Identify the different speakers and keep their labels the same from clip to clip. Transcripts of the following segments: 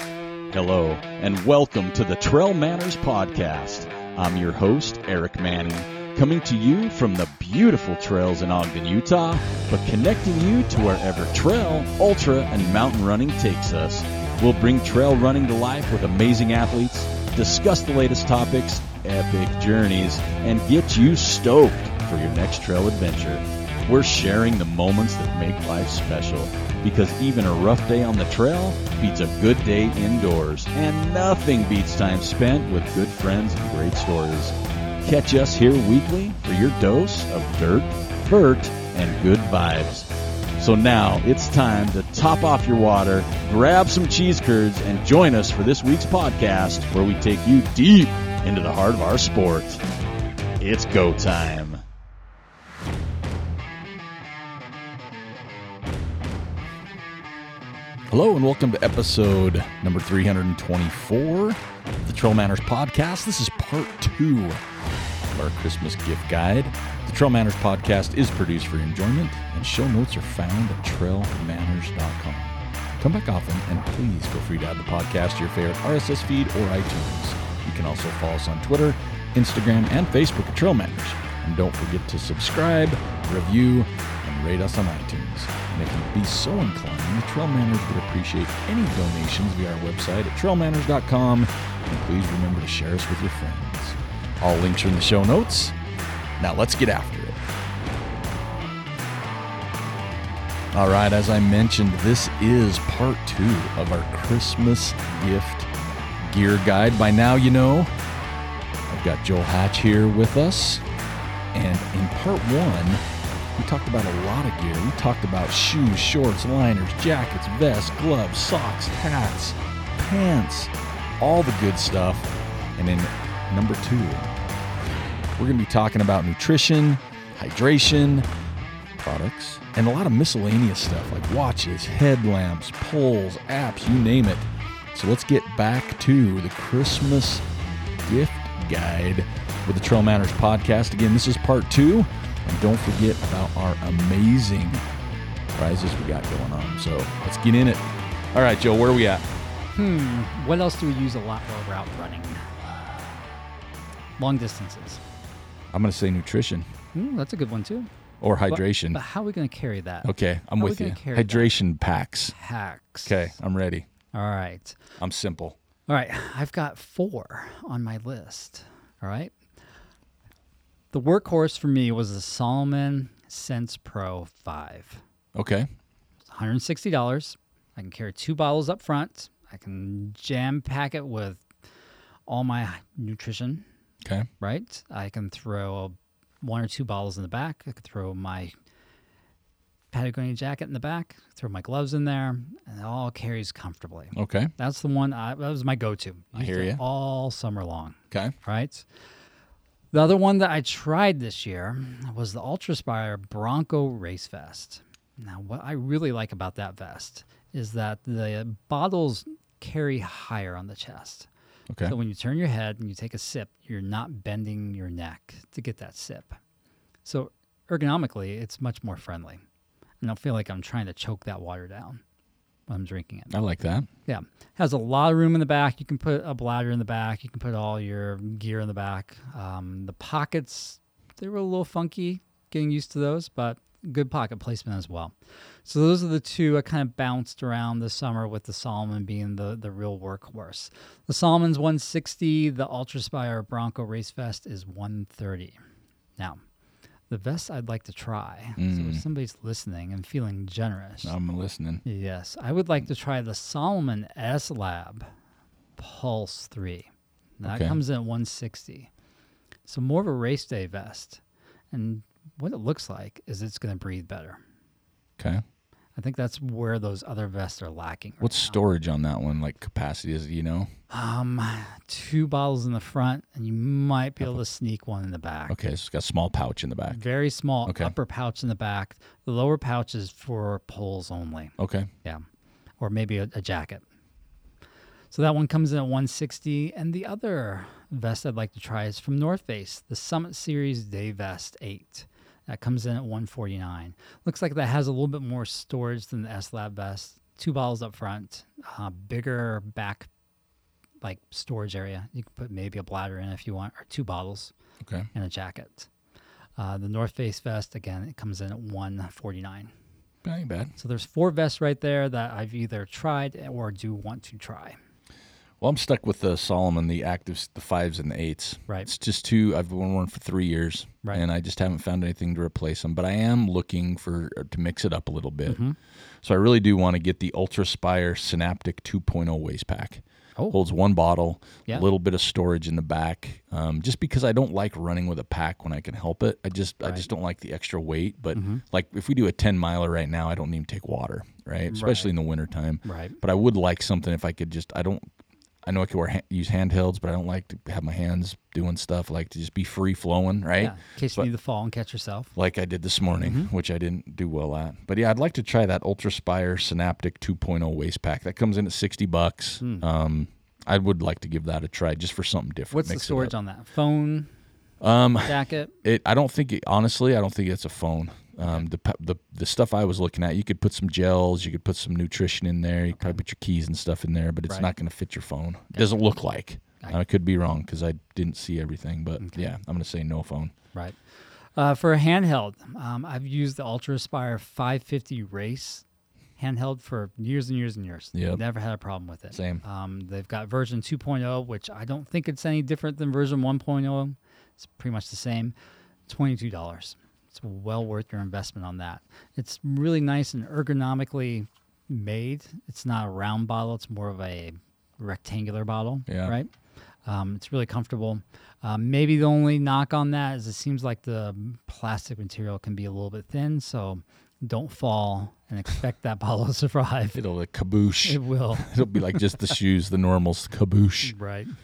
Speaker 1: Hello, and welcome to the Trail Manners Podcast. I'm your host, Eric Manning, coming to you from the beautiful trails in Ogden, Utah, but connecting you to wherever trail, ultra, and mountain running takes us. We'll bring trail running to life with amazing athletes, discuss the latest topics, epic journeys, and get you stoked for your next trail adventure. We're sharing the moments that make life special because even a rough day on the trail beats a good day indoors, and nothing beats time spent with good friends and great stories. Catch us here weekly for your dose of dirt, vert, and good vibes. So now it's time to top off your water, grab some cheese curds, and join us for this week's podcast where we take you deep into the heart of our sport. It's go time. Hello and welcome to episode number 324 of the Trail Manners Podcast. This is part two of our Christmas gift guide. The Trail Manners Podcast is produced for your enjoyment, and show notes are found at trailmanners.com. Come back often and please feel free to add the podcast to your favorite RSS feed or iTunes. You can also follow us on Twitter, Instagram, and Facebook at Trail Manners. And don't forget to subscribe, review, and rate us on iTunes. And if you'd be so inclined, the Trail Manners would appreciate any donations via our website at trailmanners.com. And please remember to share us with your friends. All links are in the show notes. Now let's get after it. All right, as I mentioned, this is part two of our Christmas gift gear guide. By now, you know, I've got Joel Hatch here with us. And in part one, we talked about a lot of gear. We talked about shoes, shorts, liners, jackets, vests, gloves, socks, hats, pants, all the good stuff. And in number two, we're going to be talking about nutrition, hydration, products, and a lot of miscellaneous stuff like watches, headlamps, poles, apps, you name it. So let's get back to the Christmas gift guide with the Trail Manners podcast. Again, this is part two. And don't forget about our amazing prizes we got going on. So let's get in it. All right, Joe, where are we at?
Speaker 2: What else do we use a lot while we're out running? Long distances.
Speaker 1: I'm going to say nutrition
Speaker 2: Hmm, that's a good one too.
Speaker 1: or
Speaker 2: But-
Speaker 1: hydration.
Speaker 2: But how are we going to carry that?
Speaker 1: Okay, I'm
Speaker 2: how we
Speaker 1: with you.
Speaker 2: gonna carry that?
Speaker 1: Hydration packs.
Speaker 2: Hacks.
Speaker 1: Okay, I'm ready.
Speaker 2: All right.
Speaker 1: I'm simple.
Speaker 2: All right. I've got four on my list. All right. The workhorse for me was the Solomon Sense Pro 5.
Speaker 1: Okay.
Speaker 2: $160. I can carry two bottles up front. I can jam pack it with all my nutrition
Speaker 1: Okay.
Speaker 2: right? I can throw one or two bottles in the back. I could throw my Patagonia jacket in the back, throw my gloves in there, and it all carries comfortably.
Speaker 1: Okay.
Speaker 2: That's the one I, that was my go to.
Speaker 1: I hear ya.
Speaker 2: All summer long,
Speaker 1: Okay.
Speaker 2: right? The other one that I tried this year was the Ultraspire Bronco Race Vest. Now, what I really like about that vest is that the bottles carry higher on the chest.
Speaker 1: Okay.
Speaker 2: So when you turn your head and you take a sip, you're not bending your neck to get that sip. So ergonomically, it's much more friendly. I don't feel like I'm trying to choke that water down when I'm drinking it.
Speaker 1: I like that.
Speaker 2: Yeah. Has a lot of room in the back. You can put a bladder in the back. You can put all your gear in the back. Um, the pockets, they were a little funky getting used to those, but good pocket placement as well. So those are the two I kind of bounced around this summer with the Solomon being the, the real workhorse. The Solomon's 160, the Ultra Spire Bronco Race Vest is 130. Now, the vest I'd like to try. So if somebody's listening and feeling generous,
Speaker 1: I'm listening.
Speaker 2: Yes, I would like to try the Solomon S Lab Pulse 3. Now,
Speaker 1: Okay.
Speaker 2: That comes in at 160. So more of a race day vest. And what it looks like is it's going to breathe better.
Speaker 1: Okay.
Speaker 2: I think that's where those other vests are lacking. right
Speaker 1: What's storage on that one? Like capacity is, it, you know?
Speaker 2: now. Um, two bottles in the front and you might be able to sneak one in the back.
Speaker 1: Okay, so it's got a small pouch in the back.
Speaker 2: Very small
Speaker 1: Okay.
Speaker 2: upper pouch in the back. The lower pouch is for poles only.
Speaker 1: Okay.
Speaker 2: Yeah. Or maybe a, a jacket. So that one comes in at 160. And the other vest I'd like to try is from North Face, the Summit Series Day Vest 8. That comes in at 149. Looks like that has a little bit more storage than the S Lab vest. Two bottles up front, uh, bigger back like storage area. You can put maybe a bladder in if you want, or two bottles
Speaker 1: Okay.
Speaker 2: and a jacket. Uh, the North Face vest again, it comes in at 149.
Speaker 1: Not even bad.
Speaker 2: So there's four vests right there that I've either tried or do want to try.
Speaker 1: Well, I'm stuck with the Solomon, the actives, the fives, and the eights.
Speaker 2: Right.
Speaker 1: It's just two. I've worn one for three years,
Speaker 2: Right.
Speaker 1: and I just haven't found anything to replace them. But I am looking for uh, to mix it up a little bit.
Speaker 2: Mm-hmm.
Speaker 1: So I really do want to get the Ultra Spire Synaptic 2.0 waist pack.
Speaker 2: Oh.
Speaker 1: Holds one bottle, a
Speaker 2: Yeah.
Speaker 1: little bit of storage in the back. Um, just because I don't like running with a pack when I can help it. I just I just don't like the extra weight. But
Speaker 2: Mm-hmm.
Speaker 1: like if we do a 10 miler right now, I don't even take water, right? Especially in the wintertime.
Speaker 2: Right.
Speaker 1: But I would like something if I could just I don't I know I could wear ha- use handhelds, but I don't like to have my hands doing stuff. I like to just be free flowing, right?
Speaker 2: Yeah, Mm-hmm. in case you need to fall and catch yourself.
Speaker 1: like I did this morning, which I didn't do well at. But yeah, I'd like to try that Ultra Spire Synaptic 2.0 waist pack. That comes in at 60 bucks.
Speaker 2: Hmm.
Speaker 1: Um, I would like to give that a try just for something different.
Speaker 2: What's the
Speaker 1: Mix it
Speaker 2: storage
Speaker 1: up.
Speaker 2: on that? Phone,
Speaker 1: Um,
Speaker 2: jacket.
Speaker 1: it, I don't think it, honestly, I don't think it's a phone. Um, the, pe- the the stuff I was looking at, you could put some gels, you could put some nutrition in there, you could probably put your keys and stuff in there, but it's
Speaker 2: Right.
Speaker 1: not going to fit your phone. It doesn't look like. I could be wrong because I didn't see everything, but yeah, I'm going to say no phone.
Speaker 2: Right. Uh, for a handheld, um, I've used the Ultra Aspire 550 Race handheld for years and years and years.
Speaker 1: Yep.
Speaker 2: Never had a problem with it.
Speaker 1: Same.
Speaker 2: Um, they've got version 2.0, which I don't think it's any different than version 1.0. It's pretty much the same. $22. It's well worth your investment on that. It's really nice and ergonomically made. It's not a round bottle, it's more of a rectangular bottle.
Speaker 1: Yeah.
Speaker 2: Right? Um, it's really comfortable. Uh, maybe the only knock on that is it seems like the plastic material can be a little bit thin, so don't fall and expect that bottle to survive.
Speaker 1: It'll like kaboosh.
Speaker 2: It will.
Speaker 1: It'll be like just the shoes, the normals, kaboosh.
Speaker 2: Right. All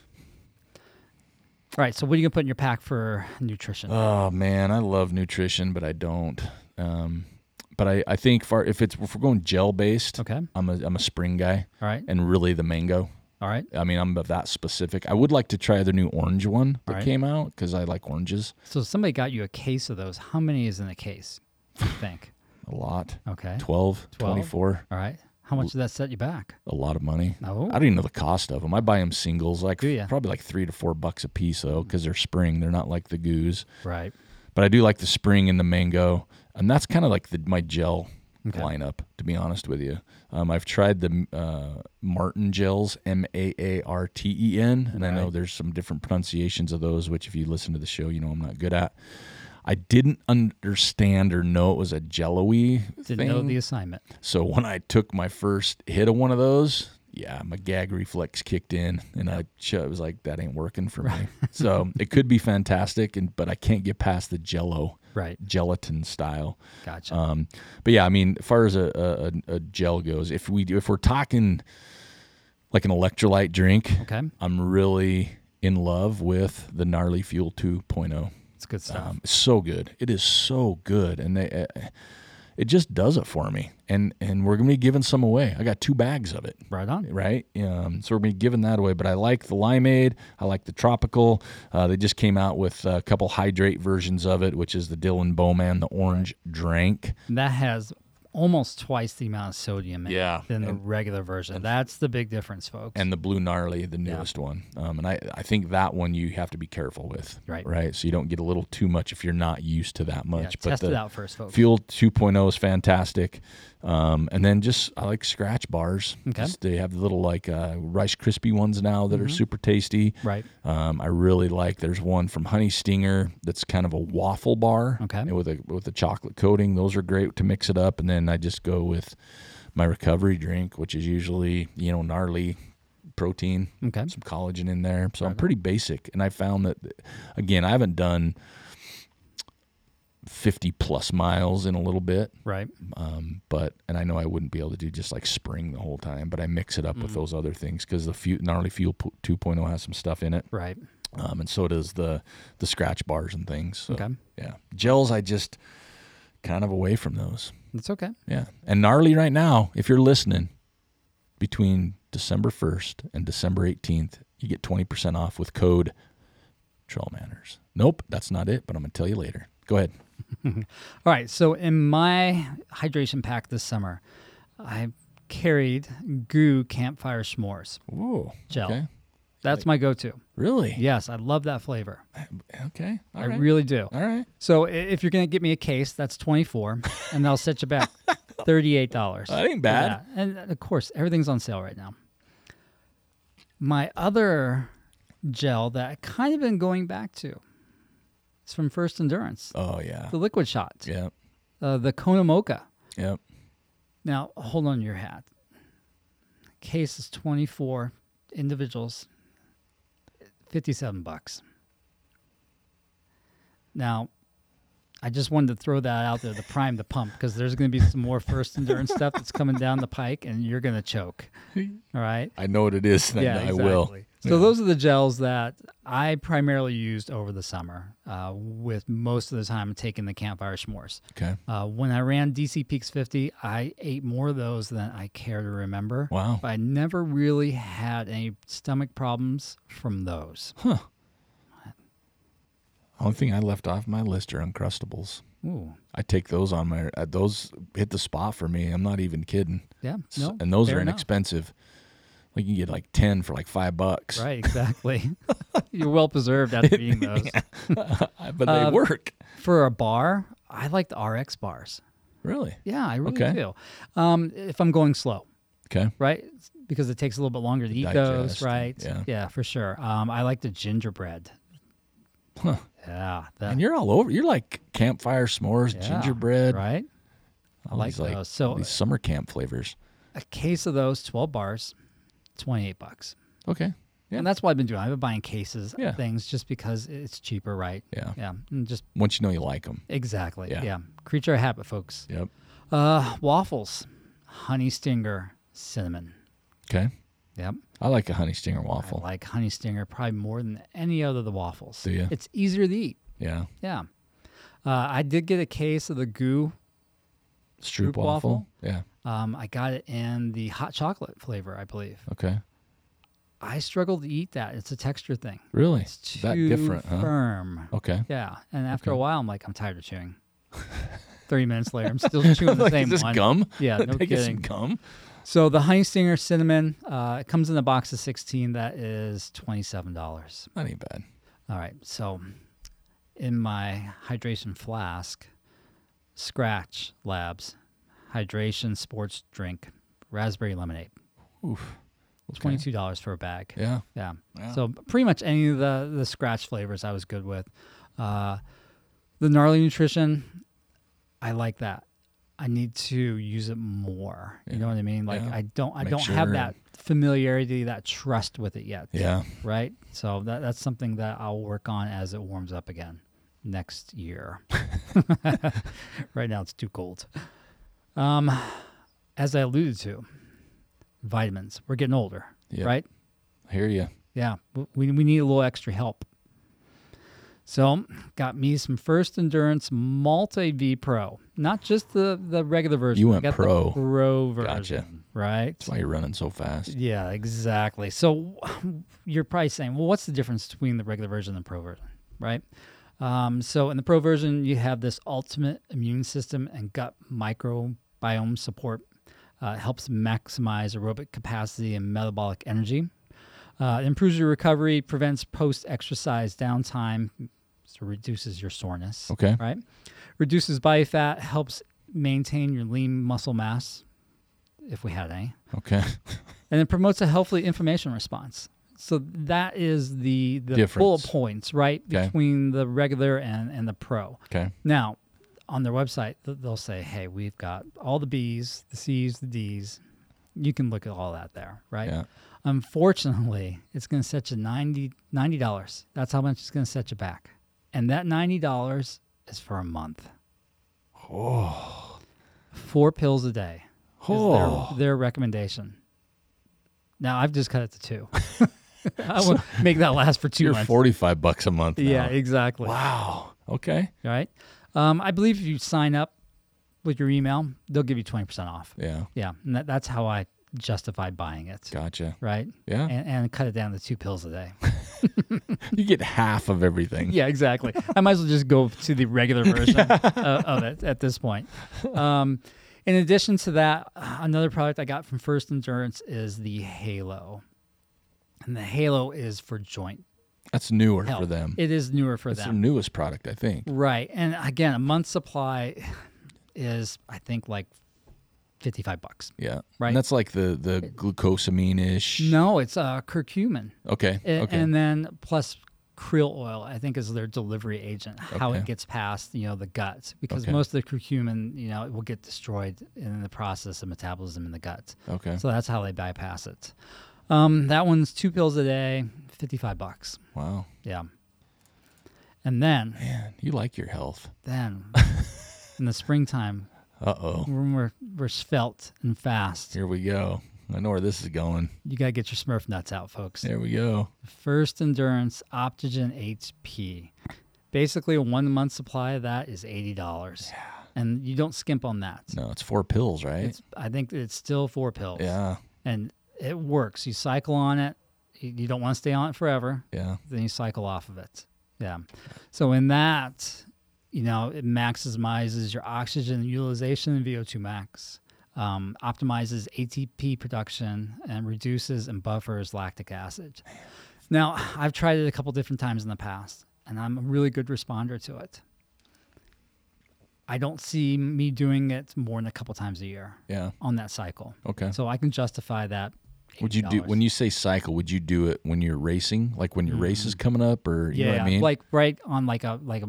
Speaker 2: right. So, what are you gonna put in your pack for nutrition?
Speaker 1: Oh man, I love nutrition, but I don't. Um, but I, I think far if it's if we're going gel based,
Speaker 2: okay.
Speaker 1: I'm a I'm a spring guy,
Speaker 2: All right.
Speaker 1: and really the mango.
Speaker 2: All right.
Speaker 1: I mean, I'm of that specific. I would like to try the new orange one that
Speaker 2: Right.
Speaker 1: came out because I like oranges
Speaker 2: So, if somebody got you a case of those. How many is in a case? do You think?
Speaker 1: a lot.
Speaker 2: Okay.
Speaker 1: 12,
Speaker 2: 12?
Speaker 1: 24,
Speaker 2: All right. How much did that set you back?
Speaker 1: a
Speaker 2: Oh,
Speaker 1: lot of money.
Speaker 2: No.
Speaker 1: I don't even know the cost of them. I buy them singles, like
Speaker 2: Do ya?
Speaker 1: probably like three to four bucks a piece though, because they're spring. They're not like the goose.
Speaker 2: Right.
Speaker 1: but I do like the spring and the mango, and that's kind of like the, my gel
Speaker 2: Okay.
Speaker 1: lineup. To be honest with you, um, I've tried the uh, Martin gels, M A A R T E N, and I know
Speaker 2: Right.
Speaker 1: there's some different pronunciations of those, which if you listen to the show, you know I'm not good at. I didn't understand or know it was a jello-y
Speaker 2: Didn't
Speaker 1: thing.
Speaker 2: know the assignment.
Speaker 1: So when I took my first hit of one of those, yeah, my gag reflex kicked in, and I, ch- I was like, "That ain't working for me." so it could be fantastic, and but I can't get past the Jello
Speaker 2: Right.
Speaker 1: gelatin style.
Speaker 2: Gotcha.
Speaker 1: Um, but yeah, I mean, as far as a, a, a- a gel goes, if we do, if we're talking like an electrolyte drink,
Speaker 2: okay.
Speaker 1: I'm really in love with the gnarly fuel oh. 2.0.
Speaker 2: It's good stuff.
Speaker 1: Um, it's so good. It is so good, and they, uh, it just does it for me. And and we're gonna be giving some away. I got two bags of it,
Speaker 2: right on.
Speaker 1: right? Um, so we're gonna be giving that away. But I like the limeade. I like the tropical. Uh, they just came out with a couple hydrate versions of it, which is the Dylan Bowman, the orange drink.
Speaker 2: That has almost twice the amount of sodium in
Speaker 1: Yeah,
Speaker 2: it than the regular version. That's the big difference, folks.
Speaker 1: and the blue gnarly, the newest one. Um, and I, I think that one you have to be careful with,
Speaker 2: Right.
Speaker 1: Right, so you don't get a little too much if you're not used to that much.
Speaker 2: yeah, test it out first, folks.
Speaker 1: Fuel 2.0 is fantastic, um, and then just I like scratch bars.
Speaker 2: Okay. Mm-hmm.
Speaker 1: Just- they have the little like uh, Rice crispy ones now that are super tasty.
Speaker 2: Right.
Speaker 1: Um, I really like. There's one from Honey Stinger that's kind of a waffle bar.
Speaker 2: Okay.
Speaker 1: and With a with a chocolate coating, those are great to mix it up. And then I just go with my recovery drink, which is usually you know gnarly protein,
Speaker 2: Okay.
Speaker 1: some collagen in there. So I'm pretty basic. And I found that again, I haven't done 50 plus miles in a little bit.
Speaker 2: Right.
Speaker 1: Um, but and I know I wouldn't be able to do just like spring the whole time, but I mix it up with those other things because the fuel, gnarly fuel P- 2.0 has some stuff in it
Speaker 2: Right.
Speaker 1: um, and so does the the scratch bars and things. So,
Speaker 2: Okay.
Speaker 1: Yeah, gels. I just kind of away from those.
Speaker 2: It's okay.
Speaker 1: Yeah, and gnarly right now. If you're listening, between December first and December eighteenth, you get twenty percent off with code Trail Manners. Nope, that's not it. But I'm gonna tell you later. Go ahead.
Speaker 2: All right. So in my hydration pack this summer, I carried goo campfire s'mores
Speaker 1: Whoa.
Speaker 2: Gel.
Speaker 1: Okay.
Speaker 2: That's my go-to.
Speaker 1: Really?
Speaker 2: Yes, I love that flavor.
Speaker 1: Okay. All
Speaker 2: I
Speaker 1: right.
Speaker 2: really do.
Speaker 1: All right.
Speaker 2: So i- if you're gonna get me a case, that's twenty four, and I'll set you back thirty-eight dollars.
Speaker 1: That ain't bad.
Speaker 2: And of course, everything's on sale right now. My other gel that I kind of been going back to, it's from First Endurance,
Speaker 1: Oh yeah.
Speaker 2: the Liquid Shot,
Speaker 1: Yep.
Speaker 2: uh, the Kona Mocha.
Speaker 1: Yep.
Speaker 2: Now hold on to your hat. Case is twenty four individuals, fifty seven bucks. Now, I just wanted to throw that out there to prime the pump because there's going to be some more first endurance stuff that's coming down the pike, and you're going to choke. All right.
Speaker 1: I know what it is. and I know I will.
Speaker 2: So those are the gels that I primarily used over the summer, uh, with most of the time taking the campfire s'mores.
Speaker 1: Okay.
Speaker 2: Uh, when I ran DC Peaks 50, I ate more of those than I care to remember.
Speaker 1: Wow.
Speaker 2: But I never really had any stomach problems from those.
Speaker 1: Only thing I left off my list are uncrustables.
Speaker 2: Ooh,
Speaker 1: I take those on my uh, those hit the spot for me. I'm not even kidding.
Speaker 2: yeah.
Speaker 1: S-
Speaker 2: No,
Speaker 1: and those
Speaker 2: fair
Speaker 1: are
Speaker 2: enough.
Speaker 1: inexpensive. Like you can get like ten for like five bucks.
Speaker 2: Right, exactly. You're well preserved after eating those.
Speaker 1: Uh, but they
Speaker 2: Um,
Speaker 1: work.
Speaker 2: For a bar, I like the RX bars.
Speaker 1: Really?
Speaker 2: Yeah, I really
Speaker 1: Okay.
Speaker 2: do. Um, if I'm going slow,
Speaker 1: Okay.
Speaker 2: right? Because it takes a little bit longer to, eat
Speaker 1: digest
Speaker 2: those,
Speaker 1: and-
Speaker 2: right?
Speaker 1: yeah.
Speaker 2: for sure. Um, I like the gingerbread.
Speaker 1: Huh.
Speaker 2: Yeah, that,
Speaker 1: And you're all over. You're like campfire s'mores,
Speaker 2: yeah,
Speaker 1: gingerbread.
Speaker 2: right?
Speaker 1: all
Speaker 2: like
Speaker 1: these, like
Speaker 2: those. So-
Speaker 1: these summer camp flavors.
Speaker 2: a case of those 12 bars 28 bucks
Speaker 1: Okay. Yeah.
Speaker 2: and that's what i've been doing i've been buying cases
Speaker 1: Yeah.
Speaker 2: of things just because it's cheaper right
Speaker 1: Yeah.
Speaker 2: yeah and just
Speaker 1: Once you know you like them.
Speaker 2: exactly
Speaker 1: Yeah.
Speaker 2: yeah, creature of habit folks
Speaker 1: Yep.
Speaker 2: uh waffles honey stinger cinnamon
Speaker 1: Okay.
Speaker 2: yep
Speaker 1: I like a honey stinger
Speaker 2: I
Speaker 1: waffle.
Speaker 2: like honey stinger probably more than any other of the waffles
Speaker 1: Do ya?
Speaker 2: it's easier to eat
Speaker 1: yeah.
Speaker 2: yeah uh, i did get a case of the goo
Speaker 1: Stroop
Speaker 2: Stroop waffle?
Speaker 1: waffle. Yeah.
Speaker 2: um, i got it in the hot chocolate flavor i believe
Speaker 1: Okay.
Speaker 2: i struggled to eat that it's a texture thing
Speaker 1: Really?
Speaker 2: It's too
Speaker 1: That different, huh?
Speaker 2: firm.
Speaker 1: Okay.
Speaker 2: Yeah, and after
Speaker 1: Okay.
Speaker 2: a while, I'm like, I'm tired of chewing. Thirty minutes later, I'm still chewing the
Speaker 1: like,
Speaker 2: same
Speaker 1: is this
Speaker 2: one.
Speaker 1: gum?
Speaker 2: Yeah, no
Speaker 1: They get some
Speaker 2: kidding.
Speaker 1: gum.
Speaker 2: So the Honey Stinger cinnamon, uh, it comes in a box of sixteen. That is twenty seven dollars.
Speaker 1: Not even bad.
Speaker 2: All right, so in my hydration flask, Scratch Labs hydration sports drink, raspberry lemonade,
Speaker 1: Oof.
Speaker 2: twenty two dollars for a bag.
Speaker 1: Yeah.
Speaker 2: Yeah.
Speaker 1: Yeah.
Speaker 2: So pretty much any of the the scratch flavors I was good with. Uh, the gnarly nutrition, I like that. I need to use it more. You know what I mean? Like
Speaker 1: Yeah.
Speaker 2: I don't I
Speaker 1: Make
Speaker 2: don't have
Speaker 1: sure.
Speaker 2: that familiarity, that trust with it yet.
Speaker 1: Yeah.
Speaker 2: Right? So that that's something that I'll work on as it warms up again next year. right now it's too cold. Um as I alluded to, vitamins. We're getting older,
Speaker 1: Yep.
Speaker 2: right?
Speaker 1: I hear you.
Speaker 2: yeah, w- we, we need a little extra help. So, got me some First Endurance Multi V Pro, not just the the regular version.
Speaker 1: You
Speaker 2: I
Speaker 1: went
Speaker 2: got the
Speaker 1: pro.
Speaker 2: pro version,
Speaker 1: Gotcha.
Speaker 2: right?
Speaker 1: That's why you're running so fast.
Speaker 2: Yeah, exactly. So, you're probably saying, well, what's the difference between the regular version and the pro version, right? Um, so, in the pro version, you have this ultimate immune system and gut microbiome support. Uh, it helps maximize aerobic capacity and metabolic energy. Uh, it improves your recovery, prevents post exercise downtime, so reduces your soreness.
Speaker 1: Okay.
Speaker 2: Right? Reduces body fat, helps maintain your lean muscle mass, if we had any,
Speaker 1: Okay.
Speaker 2: and it promotes a healthy inflammation response. So that is the, the bullet
Speaker 1: Difference.
Speaker 2: points, right?
Speaker 1: Okay.
Speaker 2: Between the regular and, and the pro.
Speaker 1: Okay.
Speaker 2: Now, on their website, th- they'll say, hey, we've got all the B's, the C's, the D's. You can look at all that there, right?
Speaker 1: Yeah.
Speaker 2: Unfortunately, it's going to set you 90 $90. That's how much it's going to set you back. And that $90 is for a month. Oh. Four pills a day is their-
Speaker 1: Oh.
Speaker 2: their, recommendation. Now, I've just cut it to two. I will make that last for 2
Speaker 1: You're
Speaker 2: months.
Speaker 1: 45 bucks a month now.
Speaker 2: Yeah, exactly.
Speaker 1: Wow. Okay.
Speaker 2: right? Um, I believe if you sign up with your email, they'll give you 20% off.
Speaker 1: Yeah.
Speaker 2: Yeah. And that, that's how I justified buying it,
Speaker 1: Gotcha.
Speaker 2: right?
Speaker 1: Yeah.
Speaker 2: And, and cut it down to two pills a day.
Speaker 1: you get half of everything.
Speaker 2: yeah, exactly. I might as well just go to the regular version uh, of it at this point. Um, in uh, addition to that, another product I got from First Endurance is the Halo. and the halo is for joint
Speaker 1: That's newer
Speaker 2: help.
Speaker 1: for them.
Speaker 2: It is newer for
Speaker 1: It's their
Speaker 2: them.
Speaker 1: newest product, I think.
Speaker 2: Right. And again, a month's supply is I think like 55 bucks.
Speaker 1: Yeah.
Speaker 2: Right.
Speaker 1: And that's like the the glucosamine ish.
Speaker 2: No, it's uh, curcumin.
Speaker 1: Okay.
Speaker 2: A-
Speaker 1: okay.
Speaker 2: And then plus krill oil, I think is their delivery agent, how
Speaker 1: Okay.
Speaker 2: it gets past, you know, the guts because
Speaker 1: Okay.
Speaker 2: most of the curcumin, you know, it will get destroyed in the process of metabolism in the gut.
Speaker 1: okay.
Speaker 2: So that's how they bypass it. Um, that one's two pills a day, 55 bucks.
Speaker 1: wow.
Speaker 2: Yeah. And then,
Speaker 1: Man, you like your health.
Speaker 2: then in the springtime,
Speaker 1: Uh oh.
Speaker 2: when we're, we're svelte and fast,
Speaker 1: Here we go. I know where this is going.
Speaker 2: you got to get your Smurf nuts out, folks.
Speaker 1: There we go.
Speaker 2: First Endurance Optogen HP. Basically, a one month supply of that is $80. Yeah. And you don't skimp on that.
Speaker 1: No, it's four pills, right?
Speaker 2: It's, I think it's still four pills.
Speaker 1: yeah.
Speaker 2: And it works. You cycle on it, you you don't want to stay on it forever.
Speaker 1: Yeah.
Speaker 2: then you cycle off of it. Yeah. So in that, you know, it maximizes your oxygen utilization and VO2 max, um, optimizes ATP production, and reduces and buffers lactic acid. Now, I've tried it a couple different times in the past, and I'm a really good responder to it. I don't see me doing it more than a couple times a year
Speaker 1: Yeah.
Speaker 2: on that cycle.
Speaker 1: Okay.
Speaker 2: So I can justify that.
Speaker 1: Would you do
Speaker 2: $80.
Speaker 1: when you say cycle? Would you do it when you're racing, like when your race is coming up, or you know what I mean?
Speaker 2: Mm. like right on like a like a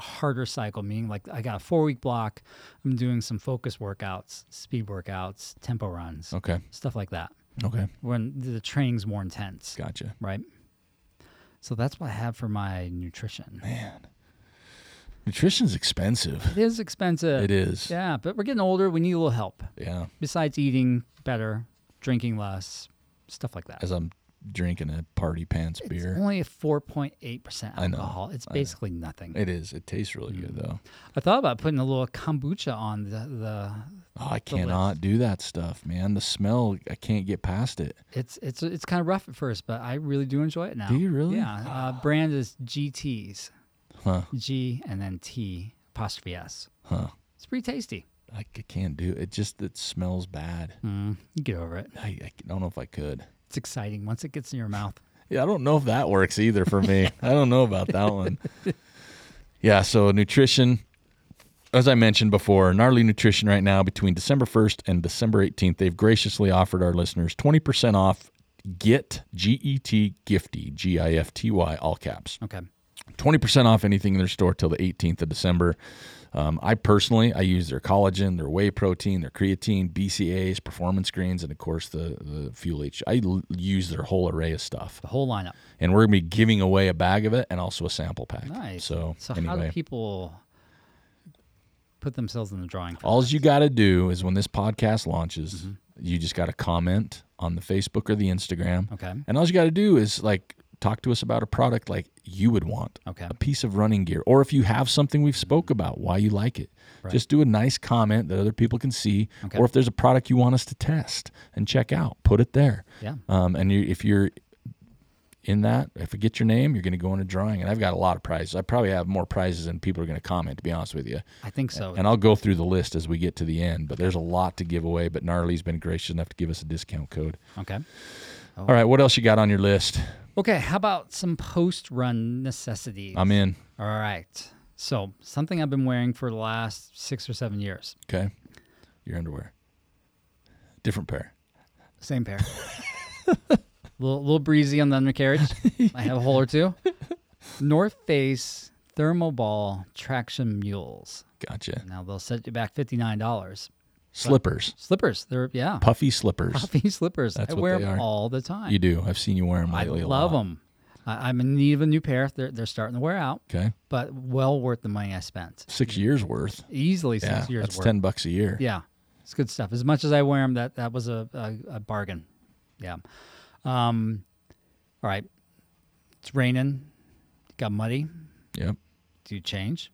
Speaker 2: harder cycle, meaning like I got a four week block. I'm doing some focus workouts, speed workouts, tempo runs,
Speaker 1: okay,
Speaker 2: stuff like that.
Speaker 1: okay,
Speaker 2: When the training's more intense,
Speaker 1: gotcha.
Speaker 2: right? So that's what I have for my nutrition.
Speaker 1: Man, nutrition's expensive.
Speaker 2: It is expensive.
Speaker 1: It is. Yeah.
Speaker 2: Yeah, but we're getting older. We need a little help besides eating better, drinking less, stuff like that.
Speaker 1: As I'm drinking a party pants
Speaker 2: It's uh,
Speaker 1: beer,
Speaker 2: only a 4.8%
Speaker 1: I know,
Speaker 2: alcohol. It's
Speaker 1: I know.
Speaker 2: basically nothing.
Speaker 1: it is. It tastes really good
Speaker 2: Mm.
Speaker 1: though.
Speaker 2: I thought about putting a little kombucha on the, the
Speaker 1: Oh, I cannot do that stuff, man. The smell, I can't get past it.
Speaker 2: It's it's it's kind of rough at first, but I really do enjoy it now.
Speaker 1: Do you really?
Speaker 2: Yeah. Uh, brand is GTS.
Speaker 1: Huh?
Speaker 2: G and then T apostrophe S.
Speaker 1: Huh?
Speaker 2: It's pretty tasty.
Speaker 1: I, c- can't do it. It just it smells bad.
Speaker 2: Mm, you get over it.
Speaker 1: I, I don't know if I could.
Speaker 2: It's exciting once it gets in your mouth.
Speaker 1: Yeah, I don't know if that works either for me. I don't know about that one. Yeah, so nutrition, as I mentioned before, gnarly nutrition right now between December 1st and December 18th, they've graciously offered our listeners 20% off Get G E T Gifty G I F T Y all caps.
Speaker 2: Okay.
Speaker 1: 20% off anything in their store till the 18th of December. Um, I personally, I use their collagen, their whey protein, their creatine, BCAAs, performance grains, and of course the, the Fuel H. I l- use their whole array of stuff
Speaker 2: The whole lineup.
Speaker 1: and we're gonna be giving away a bag of it and also a sample pack.
Speaker 2: Nice.
Speaker 1: So,
Speaker 2: so how do
Speaker 1: anyway,
Speaker 2: people put themselves in the drawing? for
Speaker 1: all
Speaker 2: that?
Speaker 1: you gotta do is when this podcast launches, you just gotta comment on the Facebook or the Instagram,
Speaker 2: Mm-hmm. Okay.
Speaker 1: and all you gotta do is like talk to us about a product like you would want.
Speaker 2: Okay.
Speaker 1: a piece of running gear or if you have something we've spoke about why you like it just do a nice comment that other people can see
Speaker 2: Okay.
Speaker 1: or if there's a product you want us to test and check out put it there
Speaker 2: Yeah.
Speaker 1: um, and you, if you're in that if i get your name you're going to go in a drawing and i've got a lot of prizes i probably have more prizes than people are going to comment to be honest with you
Speaker 2: I think so.
Speaker 1: and i'll go through the list as we get to the end but there's a lot to give away but gnarly's been gracious enough to give us a discount code
Speaker 2: Okay.
Speaker 1: all right what else you got on your list
Speaker 2: Okay. How about some post-run necessities?
Speaker 1: i'm in
Speaker 2: All right. So something I've been wearing for the last six or seven years.
Speaker 1: okay your underwear different pair
Speaker 2: Same pair. little, little breezy on the undercarriage. I have a hole or two. North Face Thermal Ball Traction Mules.
Speaker 1: gotcha
Speaker 2: Now they'll set you back fifty nine dollars.
Speaker 1: Slippers,
Speaker 2: Slippers. They're yeah,
Speaker 1: puffy slippers.
Speaker 2: puffy slippers.
Speaker 1: That's
Speaker 2: I
Speaker 1: what
Speaker 2: wear
Speaker 1: they
Speaker 2: them
Speaker 1: are.
Speaker 2: all the time.
Speaker 1: You do. I've seen you wear them
Speaker 2: I
Speaker 1: lately.
Speaker 2: love
Speaker 1: a lot.
Speaker 2: them. I, I'm in need of a new pair. They're they're starting to wear out,
Speaker 1: Okay,
Speaker 2: but well worth the money I spent.
Speaker 1: six years worth.
Speaker 2: Easily six
Speaker 1: Yeah,
Speaker 2: years
Speaker 1: that's
Speaker 2: worth.
Speaker 1: ten bucks a year.
Speaker 2: Yeah, it's good stuff. As much as I wear them, that that was a a, a bargain. Yeah. Um, all right. It's raining. Got muddy.
Speaker 1: Yep.
Speaker 2: Do you change?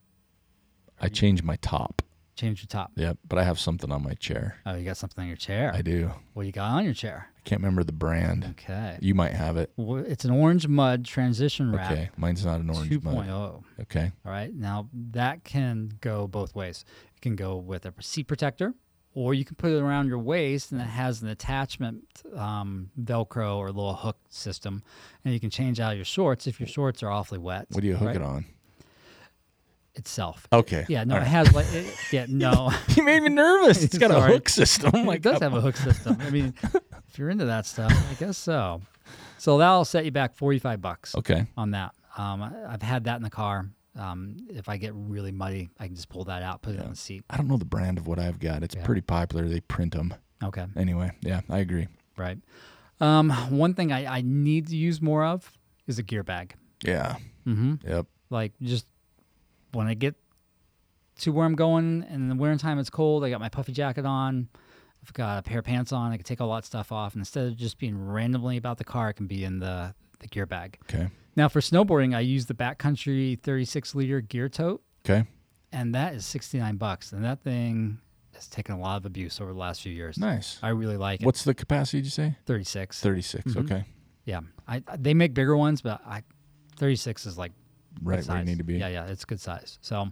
Speaker 1: I change my top.
Speaker 2: Change your top.
Speaker 1: Yep, but I have something on my chair.
Speaker 2: Oh, you got something on your chair.
Speaker 1: I do.
Speaker 2: What you got on your chair?
Speaker 1: I can't remember the brand.
Speaker 2: Okay.
Speaker 1: You might have it.
Speaker 2: Well, it's an orange mud transition wrap oh.
Speaker 1: Okay, mine's not an orange
Speaker 2: 2.0.
Speaker 1: mud.
Speaker 2: All
Speaker 1: Okay,
Speaker 2: right. Now that can go both ways. It can go with a seat protector or you can put it around your waist and it has an attachment um, velcro or little hook system and you can change out your shorts if your shorts are awfully wet
Speaker 1: What do you hook
Speaker 2: right?
Speaker 1: it on?
Speaker 2: itself
Speaker 1: Okay.
Speaker 2: yeah no
Speaker 1: All
Speaker 2: it
Speaker 1: right.
Speaker 2: has like it, yeah no
Speaker 1: You made me nervous. It's got a
Speaker 2: Sorry.
Speaker 1: hook system. Oh I'm
Speaker 2: it
Speaker 1: Like,
Speaker 2: does have a hook system i mean if you're into that stuff i guess so so that'll set you back 45 bucks
Speaker 1: okay.
Speaker 2: on that. Um, I- I've had that in the car. Um, if I get really muddy, I can just pull that out, put it on the seat.
Speaker 1: I don't know the brand of what I've got. It's
Speaker 2: Yeah.
Speaker 1: pretty popular. They print them.
Speaker 2: Okay,
Speaker 1: Anyway, yeah, I agree.
Speaker 2: right. Um, one thing I, I need to use more of is a gear bag.
Speaker 1: Yeah.
Speaker 2: Mm-hmm.
Speaker 1: Yep.
Speaker 2: Like just when I get to where I'm going, and in the wintertime it's cold. I got my puffy jacket on. I've got a pair of pants on. I can take a lot of stuff off, and instead of just being randomly about the car, it can be in the the gear bag.
Speaker 1: Okay.
Speaker 2: Now for snowboarding, I use the backcountry 36 liter gear tote.
Speaker 1: Okay.
Speaker 2: and that is 69 bucks and that thing has taken a lot of abuse over the last few years
Speaker 1: Nice.
Speaker 2: i really like it
Speaker 1: What's the capacity? Did you say
Speaker 2: 36
Speaker 1: 36?
Speaker 2: Mm-hmm.
Speaker 1: Okay.
Speaker 2: yeah I, they make bigger ones but i 36 is like
Speaker 1: Right
Speaker 2: good
Speaker 1: where you
Speaker 2: size.
Speaker 1: need to be.
Speaker 2: yeah yeah it's good size so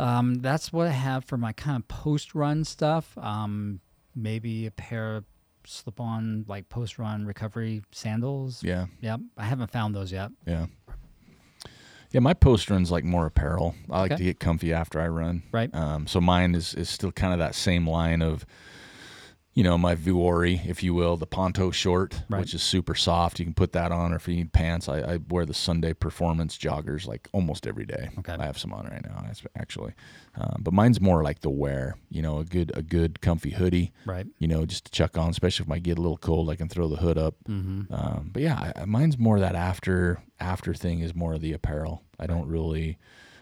Speaker 2: um, that's what i have for my kind of post run stuff um, maybe a pair of slip on like post run recovery sandals
Speaker 1: Yeah.
Speaker 2: yep i haven't found those yet
Speaker 1: Yeah. Yeah, my post run's like more apparel. I like
Speaker 2: Okay.
Speaker 1: to get comfy after I run.
Speaker 2: Right.
Speaker 1: Um, so mine is is still kind of that same line of, you know, my Vuori, if you will, the Ponto short,
Speaker 2: Right.
Speaker 1: which is super soft. You can put that on, or if you need pants, I, I wear the Sunday performance joggers like almost every day.
Speaker 2: Okay.
Speaker 1: I have some on right now, as- actually. Um, but mine's more like the wear. You know, a good a good comfy hoodie
Speaker 2: right
Speaker 1: you know, just to chuck on, especially if I get a little cold, I can throw the hood up. Mm-hmm. Um, but yeah, I, mine's more that after after thing is more of the apparel. I don't really.